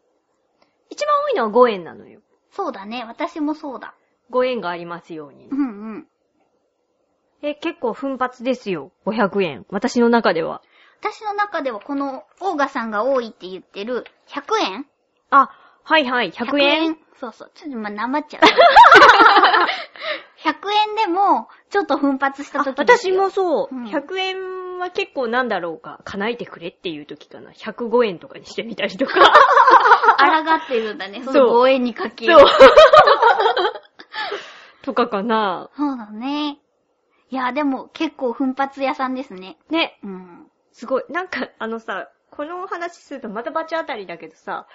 [SPEAKER 2] 一番多いのは5円なのよ。
[SPEAKER 1] そうだね。私もそうだ。
[SPEAKER 2] 5円がありますように
[SPEAKER 1] う。んうん。
[SPEAKER 2] えー、結構奮発ですよ。500円。私の中では。
[SPEAKER 1] 私の中ではこの、オーガさんが多いって言ってる、100円
[SPEAKER 2] あ、はいはい、100円。
[SPEAKER 1] そうそう。ちょっと今、なまっちゃ
[SPEAKER 2] <laughs>
[SPEAKER 1] う。100円でも、ちょっと奮発した
[SPEAKER 2] あ
[SPEAKER 1] 時です
[SPEAKER 2] 私
[SPEAKER 1] よ
[SPEAKER 2] もそう、
[SPEAKER 1] うん
[SPEAKER 2] 100円は結構なんだろうか、叶えてくれっていう時かな。105円とかにしてみたりと
[SPEAKER 1] <laughs>
[SPEAKER 2] か。
[SPEAKER 1] 抗っているんだね。
[SPEAKER 2] そ
[SPEAKER 1] そうの防衛にかける。
[SPEAKER 2] そう。とかかな。
[SPEAKER 1] そうだね。いや、でも結構奮発屋さんですね。
[SPEAKER 2] ね、
[SPEAKER 1] うん。
[SPEAKER 2] すごい。なんか、あのさ、このお話するとまたバチあたりだけどさ、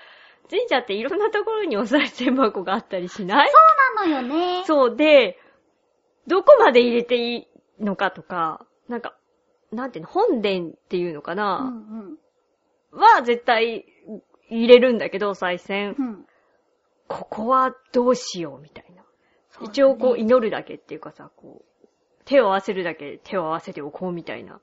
[SPEAKER 2] 神社っていろんなところにお賽銭箱があったりしない
[SPEAKER 1] そうなのよね。
[SPEAKER 2] そうで、どこまで入れていいのかとか、なんか、なんていうの、本殿っていうのか
[SPEAKER 1] う
[SPEAKER 2] な、
[SPEAKER 1] んうん。
[SPEAKER 2] は絶対入れるんだけど、再選
[SPEAKER 1] う。ん。
[SPEAKER 2] ここはどうしようみたいな。
[SPEAKER 1] そうだね
[SPEAKER 2] 一応こう祈るだけっていうかさ、こう、手を合わせるだけ手を合わせておこうみたいな。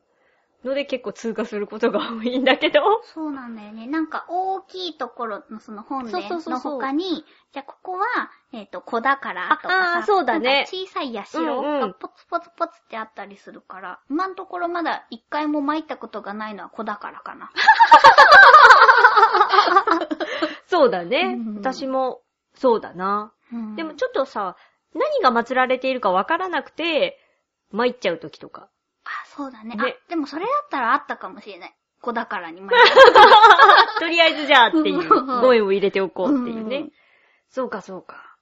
[SPEAKER 2] ので結構通過することが多いんだけど。
[SPEAKER 1] そうなんだよね。なんか大きいところのその本
[SPEAKER 2] そうそう
[SPEAKER 1] 殿
[SPEAKER 2] そう
[SPEAKER 1] の
[SPEAKER 2] そう
[SPEAKER 1] 他に、じゃあここは、えっ、と、子だからとか
[SPEAKER 2] あ
[SPEAKER 1] さ、
[SPEAKER 2] あーそうだね
[SPEAKER 1] なんか小さい社
[SPEAKER 2] うんう
[SPEAKER 1] が
[SPEAKER 2] ん
[SPEAKER 1] ポツポツポツってあったりするから、今のところまだ一回も参ったことがないのは子だからかな。
[SPEAKER 2] そうだ
[SPEAKER 1] う
[SPEAKER 2] ね
[SPEAKER 1] んう。ん
[SPEAKER 2] 私も、そうだな。
[SPEAKER 1] うん
[SPEAKER 2] でもちょっとさ、何が祀られているかわからなくて、参っちゃう時とか。
[SPEAKER 1] あ、そうだね。
[SPEAKER 2] ね
[SPEAKER 1] あ、でもそれだったらあったかもしれない。子だからに
[SPEAKER 2] <laughs>
[SPEAKER 1] 参っ
[SPEAKER 2] とりあえずじゃあっていう、ご縁を入れておこ
[SPEAKER 1] た。
[SPEAKER 2] うっていうね。
[SPEAKER 1] ん
[SPEAKER 2] そうかそうか。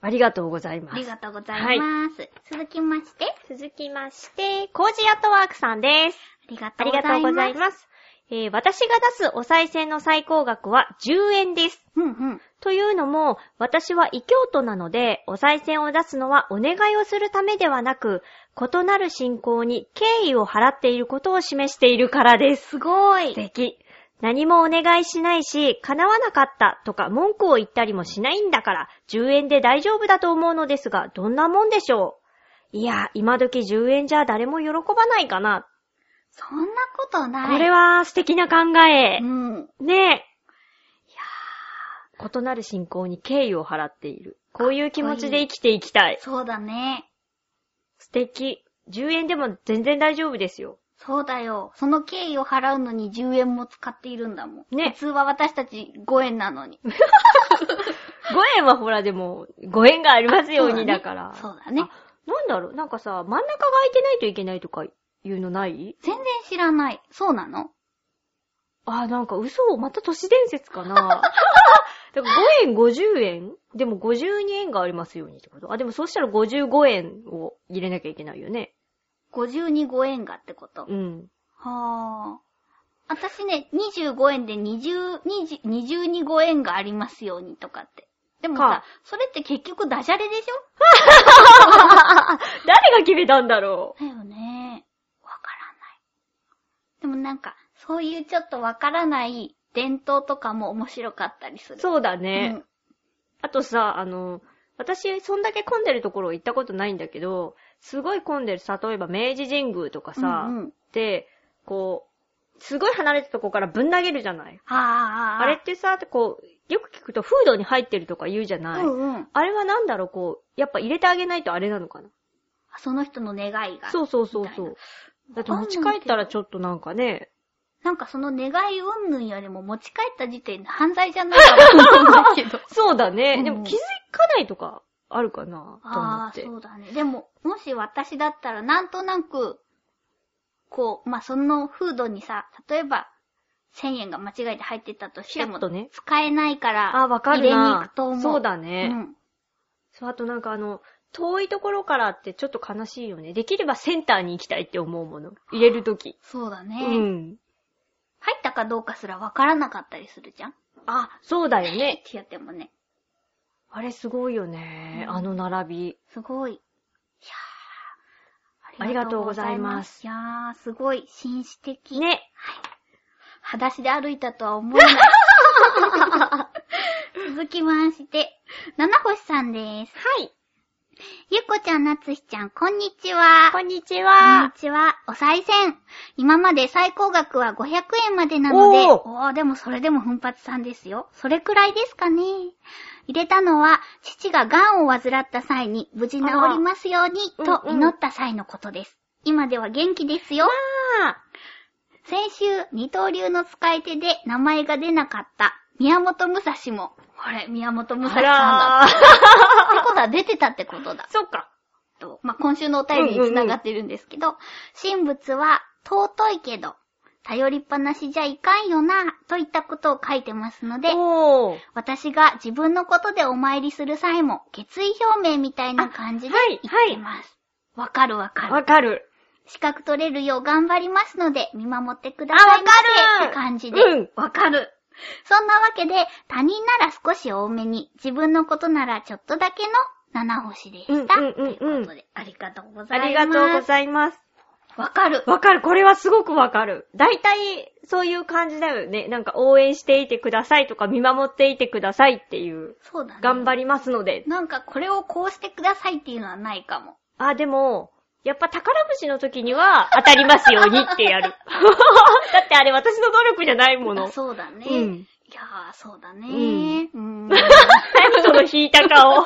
[SPEAKER 2] ありがとうございま
[SPEAKER 1] あり
[SPEAKER 2] す。
[SPEAKER 1] がとうございます。続きまして、あ
[SPEAKER 2] 続きまして、コージーアットワークさんです。
[SPEAKER 1] りがと
[SPEAKER 2] あ
[SPEAKER 1] うござ
[SPEAKER 2] りが
[SPEAKER 1] います。
[SPEAKER 2] とうございます。えー私が出すお賽銭の最高額は10円です。
[SPEAKER 1] うんうん。
[SPEAKER 2] というのも、私は異教徒なので、お賽銭を出すのはお願いをするためではなく、異なる信仰に敬意を払っていることを示しているからです。
[SPEAKER 1] すごい
[SPEAKER 2] 素。敵。何もお願いしないし、叶わなかったとか文句を言ったりもしないんだから、10円で大丈夫だと思うのですが、どんなもんでしょういや、今時10円じゃ誰も喜ばないかな。
[SPEAKER 1] そんなことない。
[SPEAKER 2] これ
[SPEAKER 1] は、
[SPEAKER 2] は素敵な考え
[SPEAKER 1] う。ん。
[SPEAKER 2] ねえ。異なる信仰に敬意を払っている。こういう気持ちで生きていきたい。
[SPEAKER 1] そうだね。
[SPEAKER 2] 素敵。10円でも全然大丈夫ですよ。
[SPEAKER 1] そうだよ。その敬意を払うのに10円も使っているんだもん。
[SPEAKER 2] ね
[SPEAKER 1] 普通は私たち5円なのに。
[SPEAKER 2] 5円はほらでも、ご縁がありますようにだから。
[SPEAKER 1] そうだね。
[SPEAKER 2] なんだろうなんかさ、真ん中が空いてないといけないとか言うのない
[SPEAKER 1] 全然知らない。そうなの
[SPEAKER 2] あー、なんか嘘を、また都市伝説かなだから5円50円でも52円がありますようにってことあ、でもそうしたら55円を入れなきゃいけないよね。
[SPEAKER 1] 52 5円がってこと。
[SPEAKER 2] うん。
[SPEAKER 1] はぁ。私ね、25円で20、20 22 5円がありますようにとかって。でも
[SPEAKER 2] か
[SPEAKER 1] さ、それって結局ダジャレでし
[SPEAKER 2] 誰が決めたんだろ
[SPEAKER 1] ょだよね。わからない。でもなんか、そういうちょっとわからない伝統とかも面白かったりす
[SPEAKER 2] う
[SPEAKER 1] る。
[SPEAKER 2] そうだ
[SPEAKER 1] う
[SPEAKER 2] ね。
[SPEAKER 1] ん。
[SPEAKER 2] あとさ、あの、私、そんだけ混んでるところ行ったことないんだけど、すごい混んでる、例えば明治神宮とかさ、
[SPEAKER 1] うんうん
[SPEAKER 2] で、こう、すごい離れたとこからぶん投げるじゃない
[SPEAKER 1] ああ。
[SPEAKER 2] あれってさ、こう、よく聞くとフードに入ってるとか言うじゃない、
[SPEAKER 1] うんうん。
[SPEAKER 2] あれはなんだろう、こう、やっぱ入れてあげないとあれなのかな
[SPEAKER 1] その人の願いが。
[SPEAKER 2] そうそうそう
[SPEAKER 1] みた
[SPEAKER 2] そ。
[SPEAKER 1] いう
[SPEAKER 2] だって持ち帰ったらちょっとなんかね、。
[SPEAKER 1] なんかその願い云々よりも持ち帰った時点で犯罪じゃないか <laughs> なと思うんだけど
[SPEAKER 2] そうだね、
[SPEAKER 1] うん
[SPEAKER 2] でも気づかないとかあるかなと思
[SPEAKER 1] あ
[SPEAKER 2] っ
[SPEAKER 1] あ、
[SPEAKER 2] て。
[SPEAKER 1] そうだね。でも、もし私だったらなんとなく、こう、まあ、そのフードにさ、例えば、1000円が間違えて入ってたとして
[SPEAKER 2] ちょ
[SPEAKER 1] も
[SPEAKER 2] っとね、
[SPEAKER 1] 使えないから、
[SPEAKER 2] あ、わかるな。
[SPEAKER 1] 入れに行くと思う。
[SPEAKER 2] そうだね。
[SPEAKER 1] うん。
[SPEAKER 2] そう、あとなんかあの、遠いところからってちょっと悲しいよね。できればセンターに行きたいって思うもの。入れるとき。
[SPEAKER 1] そうだね。
[SPEAKER 2] うん。
[SPEAKER 1] 入ったかどうかすらわからなかったりするじゃん。
[SPEAKER 2] あ、そうだよ
[SPEAKER 1] えっ
[SPEAKER 2] ね。
[SPEAKER 1] てやってもね。
[SPEAKER 2] あれすごいよね。
[SPEAKER 1] うん
[SPEAKER 2] あの並び。
[SPEAKER 1] すごい。いやー
[SPEAKER 2] ありがとうございます
[SPEAKER 1] いやー、すごい、紳士的。
[SPEAKER 2] ね。
[SPEAKER 1] 裸足で歩いたとは思え
[SPEAKER 2] <laughs>
[SPEAKER 1] ない。続きまして、七星さんです。
[SPEAKER 2] はい。
[SPEAKER 1] ゆっこちゃん、なつしちゃん、こんにちは。
[SPEAKER 2] こんに
[SPEAKER 1] こ
[SPEAKER 2] ち
[SPEAKER 1] んに
[SPEAKER 2] は。
[SPEAKER 1] ちは。お賽銭。今まで最高額は500円までなので、
[SPEAKER 2] おー
[SPEAKER 1] おーでもそれでも奮発さんですよ。それくらいですかね。入れたのは、父が癌を患った際に無事治りますように、
[SPEAKER 2] あ
[SPEAKER 1] と
[SPEAKER 2] うんうん
[SPEAKER 1] 祈った際のことです。今では元気ですよ。先週、二刀流の使い手で名前が出なかった、宮本武蔵も、ほれ、宮本武蔵さんだ。
[SPEAKER 2] あら
[SPEAKER 1] ってことは出てたってことだ
[SPEAKER 2] ー。。そっか。
[SPEAKER 1] とまあ、今週のお便りに繋がってるんですけど、神仏は尊いけど、頼りっぱなしじゃいかんよな、といったことを書いてますので、
[SPEAKER 2] おー。
[SPEAKER 1] 私が自分のことでお参りする際も、決意表明みたいな感じで
[SPEAKER 2] あはい
[SPEAKER 1] 言ってます。わ、かるわかる。
[SPEAKER 2] わかる。
[SPEAKER 1] 資格取れるよう頑張りますので、見守ってくださいま
[SPEAKER 2] あわか
[SPEAKER 1] せ
[SPEAKER 2] る
[SPEAKER 1] って感じで
[SPEAKER 2] うん。
[SPEAKER 1] わ、かる。そんなわけで、他人なら少し多めに、自分のことならちょっとだけの7星でした。
[SPEAKER 2] うんうんうんうん
[SPEAKER 1] ということで、ありがとうござ
[SPEAKER 2] あ
[SPEAKER 1] います。
[SPEAKER 2] りがとうございます。
[SPEAKER 1] わかる。
[SPEAKER 2] わかる。これはすごくわかる。大体、そういう感じだよね。なんか、応援していてくださいとか、見守っていてくださいっていう。
[SPEAKER 1] そうだね。
[SPEAKER 2] 頑張りますので。
[SPEAKER 1] なんか、これをこうしてくださいっていうのはないかも。
[SPEAKER 2] あ、でも、やっぱ宝くじの時には、当たりますようにってやる。だ <laughs> ってあれ私の努力じゃないもの。
[SPEAKER 1] あそうだね。
[SPEAKER 2] うん
[SPEAKER 1] いやー、そうだね。
[SPEAKER 2] う
[SPEAKER 1] うん。
[SPEAKER 2] <laughs> その引いた顔。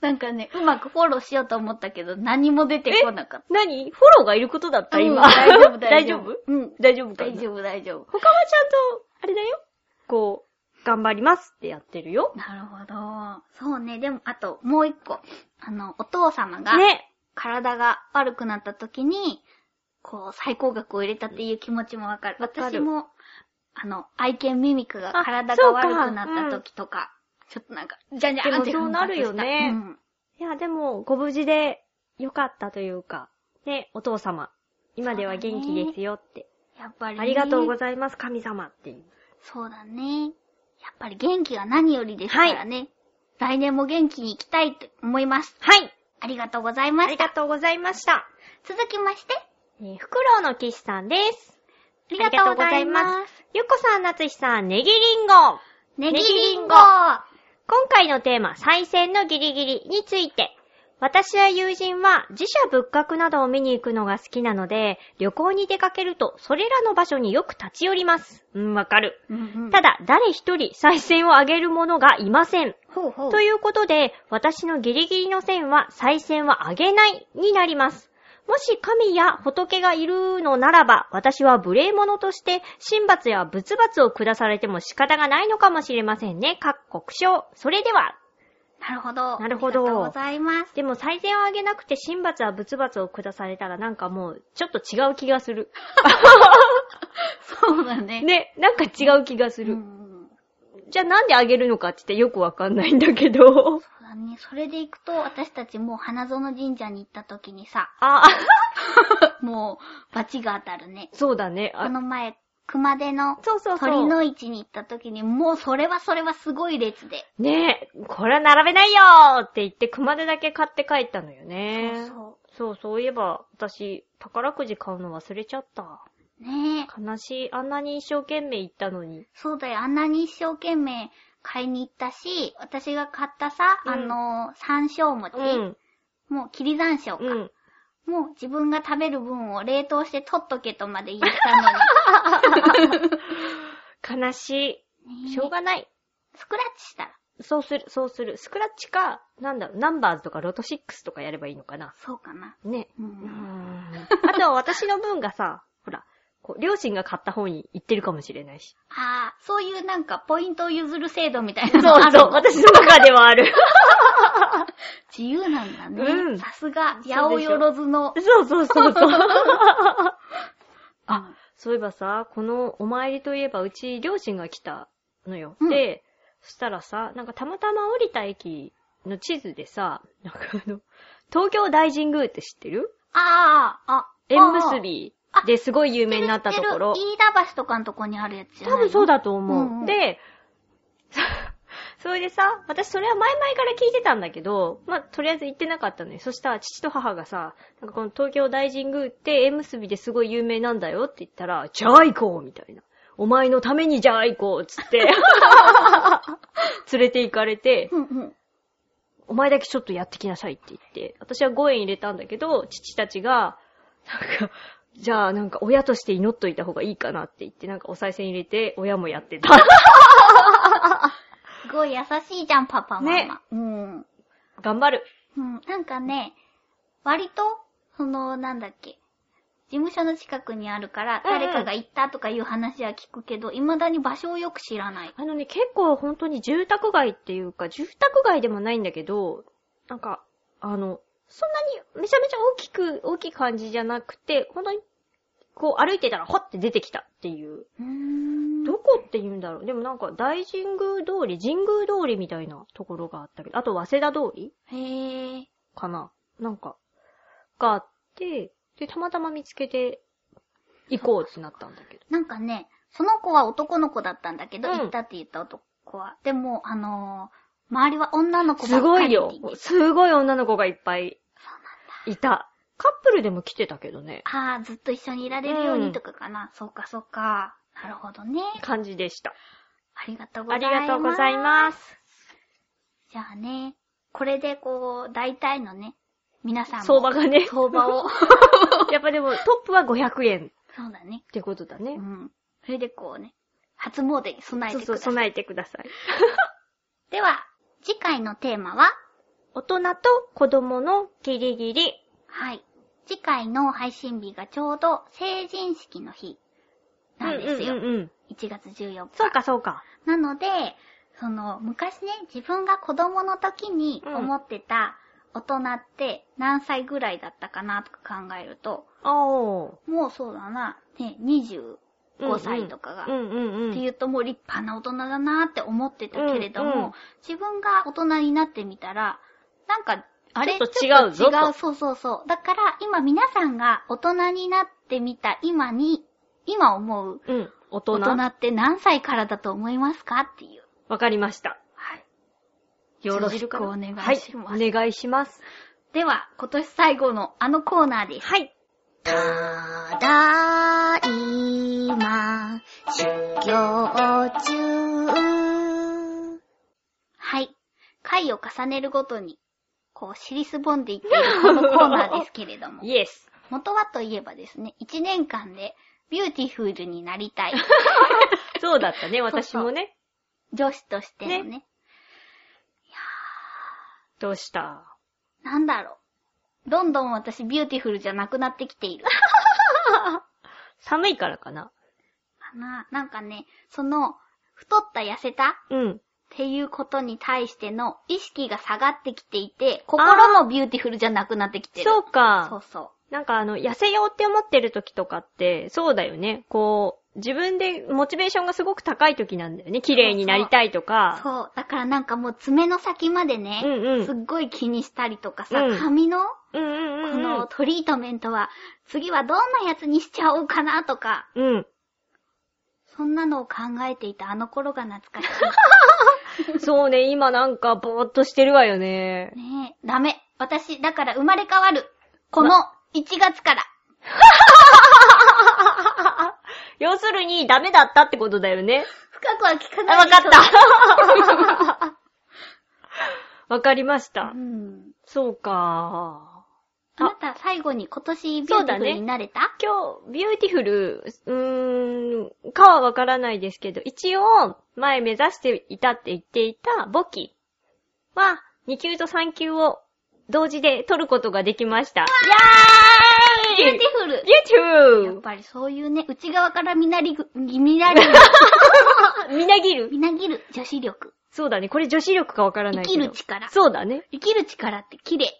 [SPEAKER 1] なんかね、うまくフォローしようと思ったけど、何も出てこなかっ
[SPEAKER 2] <laughs> 何フォローがいることだった
[SPEAKER 1] た。うん
[SPEAKER 2] 今。
[SPEAKER 1] 大丈夫、
[SPEAKER 2] 大丈夫
[SPEAKER 1] うん。
[SPEAKER 2] 大丈夫かな
[SPEAKER 1] 大丈夫、大丈夫。
[SPEAKER 2] 他はちゃんと、あれだよ。こう、頑張りますってやってるよ。
[SPEAKER 1] なるほど。そうね、でも、あと、もう一個。あの、お父様が、
[SPEAKER 2] ね。
[SPEAKER 1] 体が悪くなった時に、こう、最高額を入れたっていう気持ちもわかる。
[SPEAKER 2] わかる
[SPEAKER 1] 私も、あの、愛犬ミミクが
[SPEAKER 2] あ
[SPEAKER 1] 体が
[SPEAKER 2] そうか
[SPEAKER 1] 悪くなった時とか、ちょっとなんか、じゃんじゃんって
[SPEAKER 2] でもそうなるよね
[SPEAKER 1] 奮発した
[SPEAKER 2] いや、でも、ご無事で、よかったというか、ね、お父様、今では元気ですよって。
[SPEAKER 1] うん。やっぱり、ね、
[SPEAKER 2] ありがとうございます、神様っていう。
[SPEAKER 1] そうだね。やっぱり元気が何よりですからね。来年も元気に行きたいと思います。
[SPEAKER 2] はい
[SPEAKER 1] ありがとうござい
[SPEAKER 2] あ
[SPEAKER 1] ま
[SPEAKER 2] り
[SPEAKER 1] し
[SPEAKER 2] が
[SPEAKER 1] た。
[SPEAKER 2] とうございました。
[SPEAKER 1] 続きまして、
[SPEAKER 2] えー、フクロウの騎士さんです。
[SPEAKER 1] ありがとうござい
[SPEAKER 2] ありがと
[SPEAKER 1] ま
[SPEAKER 2] うござい
[SPEAKER 1] す。
[SPEAKER 2] ゆっこさん、なつひさん、ネギリンゴ
[SPEAKER 1] ネギ
[SPEAKER 2] ギ
[SPEAKER 1] リ
[SPEAKER 2] リ
[SPEAKER 1] ン
[SPEAKER 2] ン
[SPEAKER 1] ゴ
[SPEAKER 2] ゴ今回のテーマ、再選のギリギリについて。私や友人は自社仏閣などを見に行くのが好きなので、旅行に出かけるとそれらの場所によく立ち寄ります。うん、わかる。た
[SPEAKER 1] ただ、
[SPEAKER 2] だ、誰一人再選を上げる者がいません。
[SPEAKER 1] ほうほう。
[SPEAKER 2] ということで、私のギリギリの線は再選は上げないになります。もし神や仏がいるのならば、私は無礼者として、神罰や仏罰を下されても仕方がないのかもしれませんね。各国章。それでは。
[SPEAKER 1] なるほど。
[SPEAKER 2] なるほど
[SPEAKER 1] ありがとうございます。
[SPEAKER 2] でも再選を上げなくて、神罰や仏罰を下されたらなんかもう、ちょっと違う気がする。
[SPEAKER 1] そうだね。
[SPEAKER 2] ね、なんか違う気がす
[SPEAKER 1] うんう
[SPEAKER 2] る。
[SPEAKER 1] ん。
[SPEAKER 2] じゃあなんで上げるのかってよくわかんないんだけど。
[SPEAKER 1] そうだね。それで行くと、私たちもう花園神社に行った時に
[SPEAKER 2] <laughs>
[SPEAKER 1] さ、
[SPEAKER 2] <laughs> あ、
[SPEAKER 1] もう、罰が当たるね。
[SPEAKER 2] そうだね。
[SPEAKER 1] こ
[SPEAKER 2] あ
[SPEAKER 1] の前、熊手の
[SPEAKER 2] そうそうそう。
[SPEAKER 1] 鳥の市に行った時に、もうそれはそれはすごい列で。
[SPEAKER 2] ねえ、これは並べないよーって言って熊手だけ買って帰ったのよね。
[SPEAKER 1] そうそ
[SPEAKER 2] そうそういえば、私、宝くじ買うの忘れちゃった。
[SPEAKER 1] う。ねえ。
[SPEAKER 2] 悲しい。あんなに一生懸命行ったのに。
[SPEAKER 1] そうだよ。あんなに一生懸命買いに行ったし、私が買ったさ、
[SPEAKER 2] うん
[SPEAKER 1] あのー山椒餅、
[SPEAKER 2] うん。
[SPEAKER 1] もう、霧山椒か、
[SPEAKER 2] うん。
[SPEAKER 1] もう自分が食べる分を冷凍して取っとけとまで言ったの
[SPEAKER 2] 悲し
[SPEAKER 1] に。
[SPEAKER 2] <laughs> い。しょうがない。
[SPEAKER 1] スクラッチしたら。
[SPEAKER 2] そうする、そうする。スクラッチか、なんだろう、ナンバーズとかロト6とかやればいいのかな。
[SPEAKER 1] そうかな。
[SPEAKER 2] ね。
[SPEAKER 1] う
[SPEAKER 2] うー
[SPEAKER 1] ん。
[SPEAKER 2] んあと、私の分がさ、ほら、こう、両親が買った方に行ってるかもしれないし。
[SPEAKER 1] あー、そういうなんかポイントを譲る制度みたい
[SPEAKER 2] そ
[SPEAKER 1] なのあ
[SPEAKER 2] う
[SPEAKER 1] るの
[SPEAKER 2] そう。私の中ではある。
[SPEAKER 1] 自由なんだね。
[SPEAKER 2] うん
[SPEAKER 1] さすが、
[SPEAKER 2] そうでし
[SPEAKER 1] 八
[SPEAKER 2] ょ
[SPEAKER 1] 百万の。
[SPEAKER 2] <laughs> そうそうそうそう。
[SPEAKER 1] あ、
[SPEAKER 2] そういえばさ、このお参りといえば、うち両親が来たのよ。
[SPEAKER 1] うん
[SPEAKER 2] で、そしたらさ、なんかたまたま降りた駅の地図でさ、なんかあの、東京大神宮って知ってる
[SPEAKER 1] あー、あ、
[SPEAKER 2] 縁結
[SPEAKER 1] あー。
[SPEAKER 2] び
[SPEAKER 1] あ
[SPEAKER 2] ですごい有名になったところ
[SPEAKER 1] 知っ。てる知ってる飯田橋とかのとこにあるやつじゃ
[SPEAKER 2] 多
[SPEAKER 1] ないの
[SPEAKER 2] 分そうだと思う。
[SPEAKER 1] うんうん
[SPEAKER 2] で、それでさ、私それは前々から聞いてたんだけど、まあ、とりあえず行ってなかったのよ。そしたら父と母がさ、なんかこの東京大神宮って縁結びですごい有名なんだよって言ったら、じゃあ行こうみたいな。お前のためにじゃあ行こうっ
[SPEAKER 1] <laughs>
[SPEAKER 2] つって、連れて行かれて、
[SPEAKER 1] うんうん。
[SPEAKER 2] お前だけちょっとやってきなさいって言って、私は5円入れたんだけど、父たちが、なんか、じゃあなんか親として祈っといた方がいいかなって言って、なんかお賽銭入れて、親もやってた。
[SPEAKER 1] すごい優しいじゃん、パパ、ママ。
[SPEAKER 2] ね
[SPEAKER 1] うん。
[SPEAKER 2] 頑張る。
[SPEAKER 1] うん、なんかね、割と、その、なんだっけ、事務所の近くにあるから、
[SPEAKER 2] うんうん
[SPEAKER 1] 誰かが行ったとかいう話は聞くけど、未だに場所をよく知らない。
[SPEAKER 2] あのね、結構本当に住宅街っていうか、住宅街でもないんだけど、なんか、あの、そんなにめちゃめちゃ大きく、大きい感じじゃなくて、本当に、こう歩いてたら、ほって出てきたっていう。
[SPEAKER 1] うーん。
[SPEAKER 2] どこって言うんだろうでもなんか、大神宮通り、神宮通りみたいなところがあったけど、あと、早稲田通り
[SPEAKER 1] へぇー。
[SPEAKER 2] かななんか、があって、で、たまたま見つけて、行こうってなったんだけど。
[SPEAKER 1] なんかね、その子は男の子だったんだけど、
[SPEAKER 2] うん
[SPEAKER 1] 行ったって言った男は。でも、あのー周りは女の子ば
[SPEAKER 2] す
[SPEAKER 1] っか
[SPEAKER 2] ご
[SPEAKER 1] り
[SPEAKER 2] い
[SPEAKER 1] で
[SPEAKER 2] よ。すごい女の子がいっぱいいた。カップルでも来てたけどね。
[SPEAKER 1] ああ、ずっと一緒にいられるよう
[SPEAKER 2] う
[SPEAKER 1] に
[SPEAKER 2] ん
[SPEAKER 1] とかかな。そうか、そうか。なるほどね。
[SPEAKER 2] 感じでした。
[SPEAKER 1] ありがとうござ
[SPEAKER 2] あ
[SPEAKER 1] い
[SPEAKER 2] り
[SPEAKER 1] ます。
[SPEAKER 2] がとうございます。
[SPEAKER 1] じゃあね、これでこう、大体のね、皆さんも
[SPEAKER 2] 相場がね。
[SPEAKER 1] 相場を。
[SPEAKER 2] <laughs> やっぱでもトップは500円っ
[SPEAKER 1] そうだね。
[SPEAKER 2] てことだ
[SPEAKER 1] う
[SPEAKER 2] ね。
[SPEAKER 1] ん。それでこうね、初詣に備え
[SPEAKER 2] そ
[SPEAKER 1] てく
[SPEAKER 2] うそ
[SPEAKER 1] だ
[SPEAKER 2] う、
[SPEAKER 1] さい。
[SPEAKER 2] 備えてください。
[SPEAKER 1] では、次回のテーマは
[SPEAKER 2] 大人と子供のギリギリ。
[SPEAKER 1] はい。次回の配信日がちょうど成人式の日なんですよ。
[SPEAKER 2] うんうんうん。
[SPEAKER 1] 1月14
[SPEAKER 2] そう
[SPEAKER 1] 日。
[SPEAKER 2] かそうか。
[SPEAKER 1] なので、その、昔ね、自分が子供の時に思ってた大人って何歳ぐらいだったかなとか考えると、
[SPEAKER 2] おー。
[SPEAKER 1] もうそうだな、ね、25歳とかが、
[SPEAKER 2] うんうんうん。
[SPEAKER 1] って
[SPEAKER 2] う。
[SPEAKER 1] いうともう立派な大人だなって思ってたけれども、
[SPEAKER 2] うんうん
[SPEAKER 1] 自分が大人になってみたら、なんか、あれ
[SPEAKER 2] ちょっと違うぞ
[SPEAKER 1] ちょっと違う、
[SPEAKER 2] と
[SPEAKER 1] そうそうそう。だから今皆さんが大人になってみた今に、今思う
[SPEAKER 2] うん。大人
[SPEAKER 1] 大人って何歳からだと思いますかっていう。
[SPEAKER 2] わかりました。
[SPEAKER 1] はい。
[SPEAKER 2] よろしく
[SPEAKER 1] お願いします
[SPEAKER 2] はい。お願いします。
[SPEAKER 1] では、今年最後のあのコーナーです。
[SPEAKER 2] はい。
[SPEAKER 1] ただいま、修行中。はい。回を重ねるごとに、こう、尻すぼんでいっているこのコーナーですけれども、
[SPEAKER 2] イエス。
[SPEAKER 1] 元はといえばです <laughs> ね、1年間で、ビューティフルになりたい。
[SPEAKER 2] そうだったね、私もね。
[SPEAKER 1] 女子としてのね。 <laughs>
[SPEAKER 2] どうした
[SPEAKER 1] なんだろう。どんどん私ビューティフルじゃなくなってきている。
[SPEAKER 2] 寒いからかな。
[SPEAKER 1] かな。なんかね、その、太った痩せた
[SPEAKER 2] うん。
[SPEAKER 1] っていうことに対しての意識が下がってきていて、心もビューティフルじゃなくなってきてる。
[SPEAKER 2] そうか。
[SPEAKER 1] そうそう。
[SPEAKER 2] なんかあの、痩せようって思ってる時とかって、そうだよね。こう、自分でモチベーションがすごく高い時なんだよね。綺麗になりたいとか。
[SPEAKER 1] そう。だからなんかもう爪の先までね、
[SPEAKER 2] うんうん
[SPEAKER 1] すっごい気にしたりとかさ、
[SPEAKER 2] うん
[SPEAKER 1] 髪の、
[SPEAKER 2] うんうん
[SPEAKER 1] こ
[SPEAKER 2] うんうん。
[SPEAKER 1] のトリートメントは、次はどんなやつにしちゃおうかなとか、
[SPEAKER 2] うん。
[SPEAKER 1] そんなのを考えていたあの頃が懐かし
[SPEAKER 2] そうね、今なんかぼーっとしてるわよね
[SPEAKER 1] い。。ね <laughs> え、ダメ。私、だから生まれ変わる。この1月から。
[SPEAKER 2] 要するに、ダメだったってことだよね。
[SPEAKER 1] 深くは聞か
[SPEAKER 2] あ、
[SPEAKER 1] ない。。
[SPEAKER 2] わかった。わかりましたた
[SPEAKER 1] う。ん。
[SPEAKER 2] そうか。
[SPEAKER 1] あなた、最後に今年ビューティフルになれた、
[SPEAKER 2] 今日、ビューティフル、うーん、かはわからないですけど、一応、前目指していたって言っていた簿記は、2級と3級を同時で取ることができました。イ
[SPEAKER 1] ビュ
[SPEAKER 2] エー
[SPEAKER 1] ー
[SPEAKER 2] イ
[SPEAKER 1] ティフル
[SPEAKER 2] ビューティ
[SPEAKER 1] やっ
[SPEAKER 2] フ
[SPEAKER 1] ぱりそういうね、内側からみなりぐ、みなりぐ、
[SPEAKER 2] ルみなぎる
[SPEAKER 1] みなぎる女子力。
[SPEAKER 2] そうだね。これ女子力かわからな
[SPEAKER 1] 生
[SPEAKER 2] いけど。
[SPEAKER 1] きる力。
[SPEAKER 2] そうだね。
[SPEAKER 1] 生きる力って綺麗。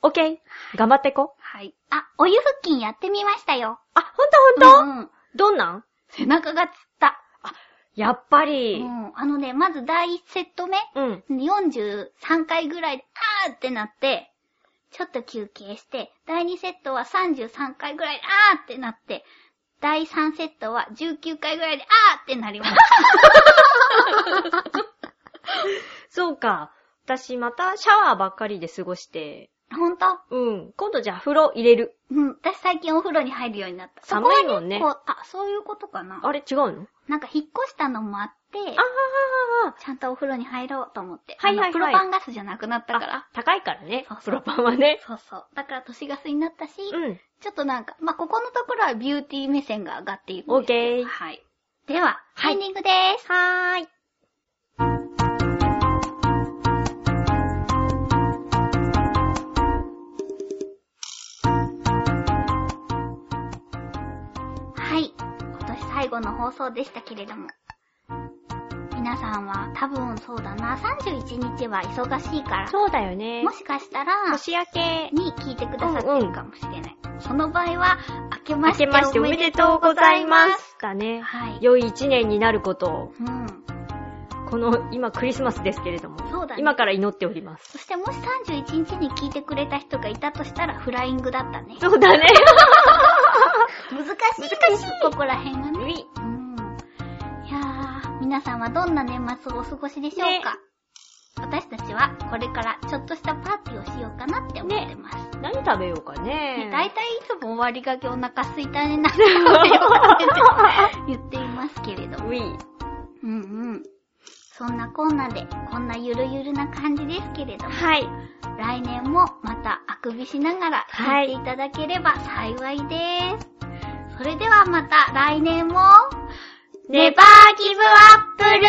[SPEAKER 2] オッケー。頑張ってこ。
[SPEAKER 1] はい。あ、お湯腹筋やってみましたよ。
[SPEAKER 2] あ、ほんとほ
[SPEAKER 1] う
[SPEAKER 2] んと、
[SPEAKER 1] んうん。
[SPEAKER 2] どんなん
[SPEAKER 1] 背中がつった。
[SPEAKER 2] やっぱ
[SPEAKER 1] う
[SPEAKER 2] り。
[SPEAKER 1] ん。あのね、まず第1セット目、
[SPEAKER 2] うん。
[SPEAKER 1] 43回ぐらいで、あーってなって、ちょっと休憩して、第2セットは33回ぐらいで、あーってなって、第3セットは19回ぐらいで、あーってなりました。
[SPEAKER 2] そうか。私またシャワーばっかりで過ごして。
[SPEAKER 1] ほんと
[SPEAKER 2] うん。今度じゃあ風呂入れる。
[SPEAKER 1] うん、私最近お風呂に入るようになった。
[SPEAKER 2] 寒いもんね
[SPEAKER 1] そこはこうあ、そういうことかな。
[SPEAKER 2] あれ違うの
[SPEAKER 1] なんか引っ越したのもあって、
[SPEAKER 2] ああ
[SPEAKER 1] ちゃんとお風呂に入ろうと思って。
[SPEAKER 2] はいはいはい
[SPEAKER 1] あのプロパンガスじゃなくなったから。
[SPEAKER 2] 高いからね
[SPEAKER 1] そうそう。
[SPEAKER 2] プロパンはね。
[SPEAKER 1] そうそう。だから都市ガスになったし、
[SPEAKER 2] うん。
[SPEAKER 1] ちょっとなんか、まあ、ここのところはビューティー目線が上がっているんですけど。
[SPEAKER 2] オーケー
[SPEAKER 1] はい。では、
[SPEAKER 2] はい
[SPEAKER 1] エンディングです。
[SPEAKER 2] はーい。
[SPEAKER 1] 後の放送でしたけれども。皆さんは多分そうだな、31日は忙しいから、
[SPEAKER 2] そうだよね。
[SPEAKER 1] もしかしたら、
[SPEAKER 2] 年明け、
[SPEAKER 1] に聞いてくださってるかもしれない。その場合は、明けま
[SPEAKER 2] 明
[SPEAKER 1] し
[SPEAKER 2] け
[SPEAKER 1] て
[SPEAKER 2] ましておめでとうございま。す。だね。
[SPEAKER 1] はい。
[SPEAKER 2] 良い一年になることを、
[SPEAKER 1] うん。
[SPEAKER 2] この、今クリスマスですけれども、
[SPEAKER 1] そうだね。
[SPEAKER 2] 今から祈っております。
[SPEAKER 1] そしてもし31日に聞いてくれた人がいたとしたら、フライングだったね。
[SPEAKER 2] そう <laughs> だね。
[SPEAKER 1] 難しい。難しい。ここら辺がね。
[SPEAKER 2] うい
[SPEAKER 1] うん。いやー、皆さんはどんな年末をお過ごしでしょうか、私たちはこれからちょっとしたパーティーをしようかなって思ってます。
[SPEAKER 2] 何食べようかね
[SPEAKER 1] ね。大体いつも終わりがけお腹すいたに <laughs> なっちゃうよって言っていますけれども。
[SPEAKER 2] うい
[SPEAKER 1] うんうん。そんなこんなで、こんなゆるゆるな感じですけれども、
[SPEAKER 2] はい。
[SPEAKER 1] 来年もまたあくびしながら
[SPEAKER 2] は
[SPEAKER 1] 聞
[SPEAKER 2] い
[SPEAKER 1] いていただければ幸いです。それではまた来年も、ネバーギブアップル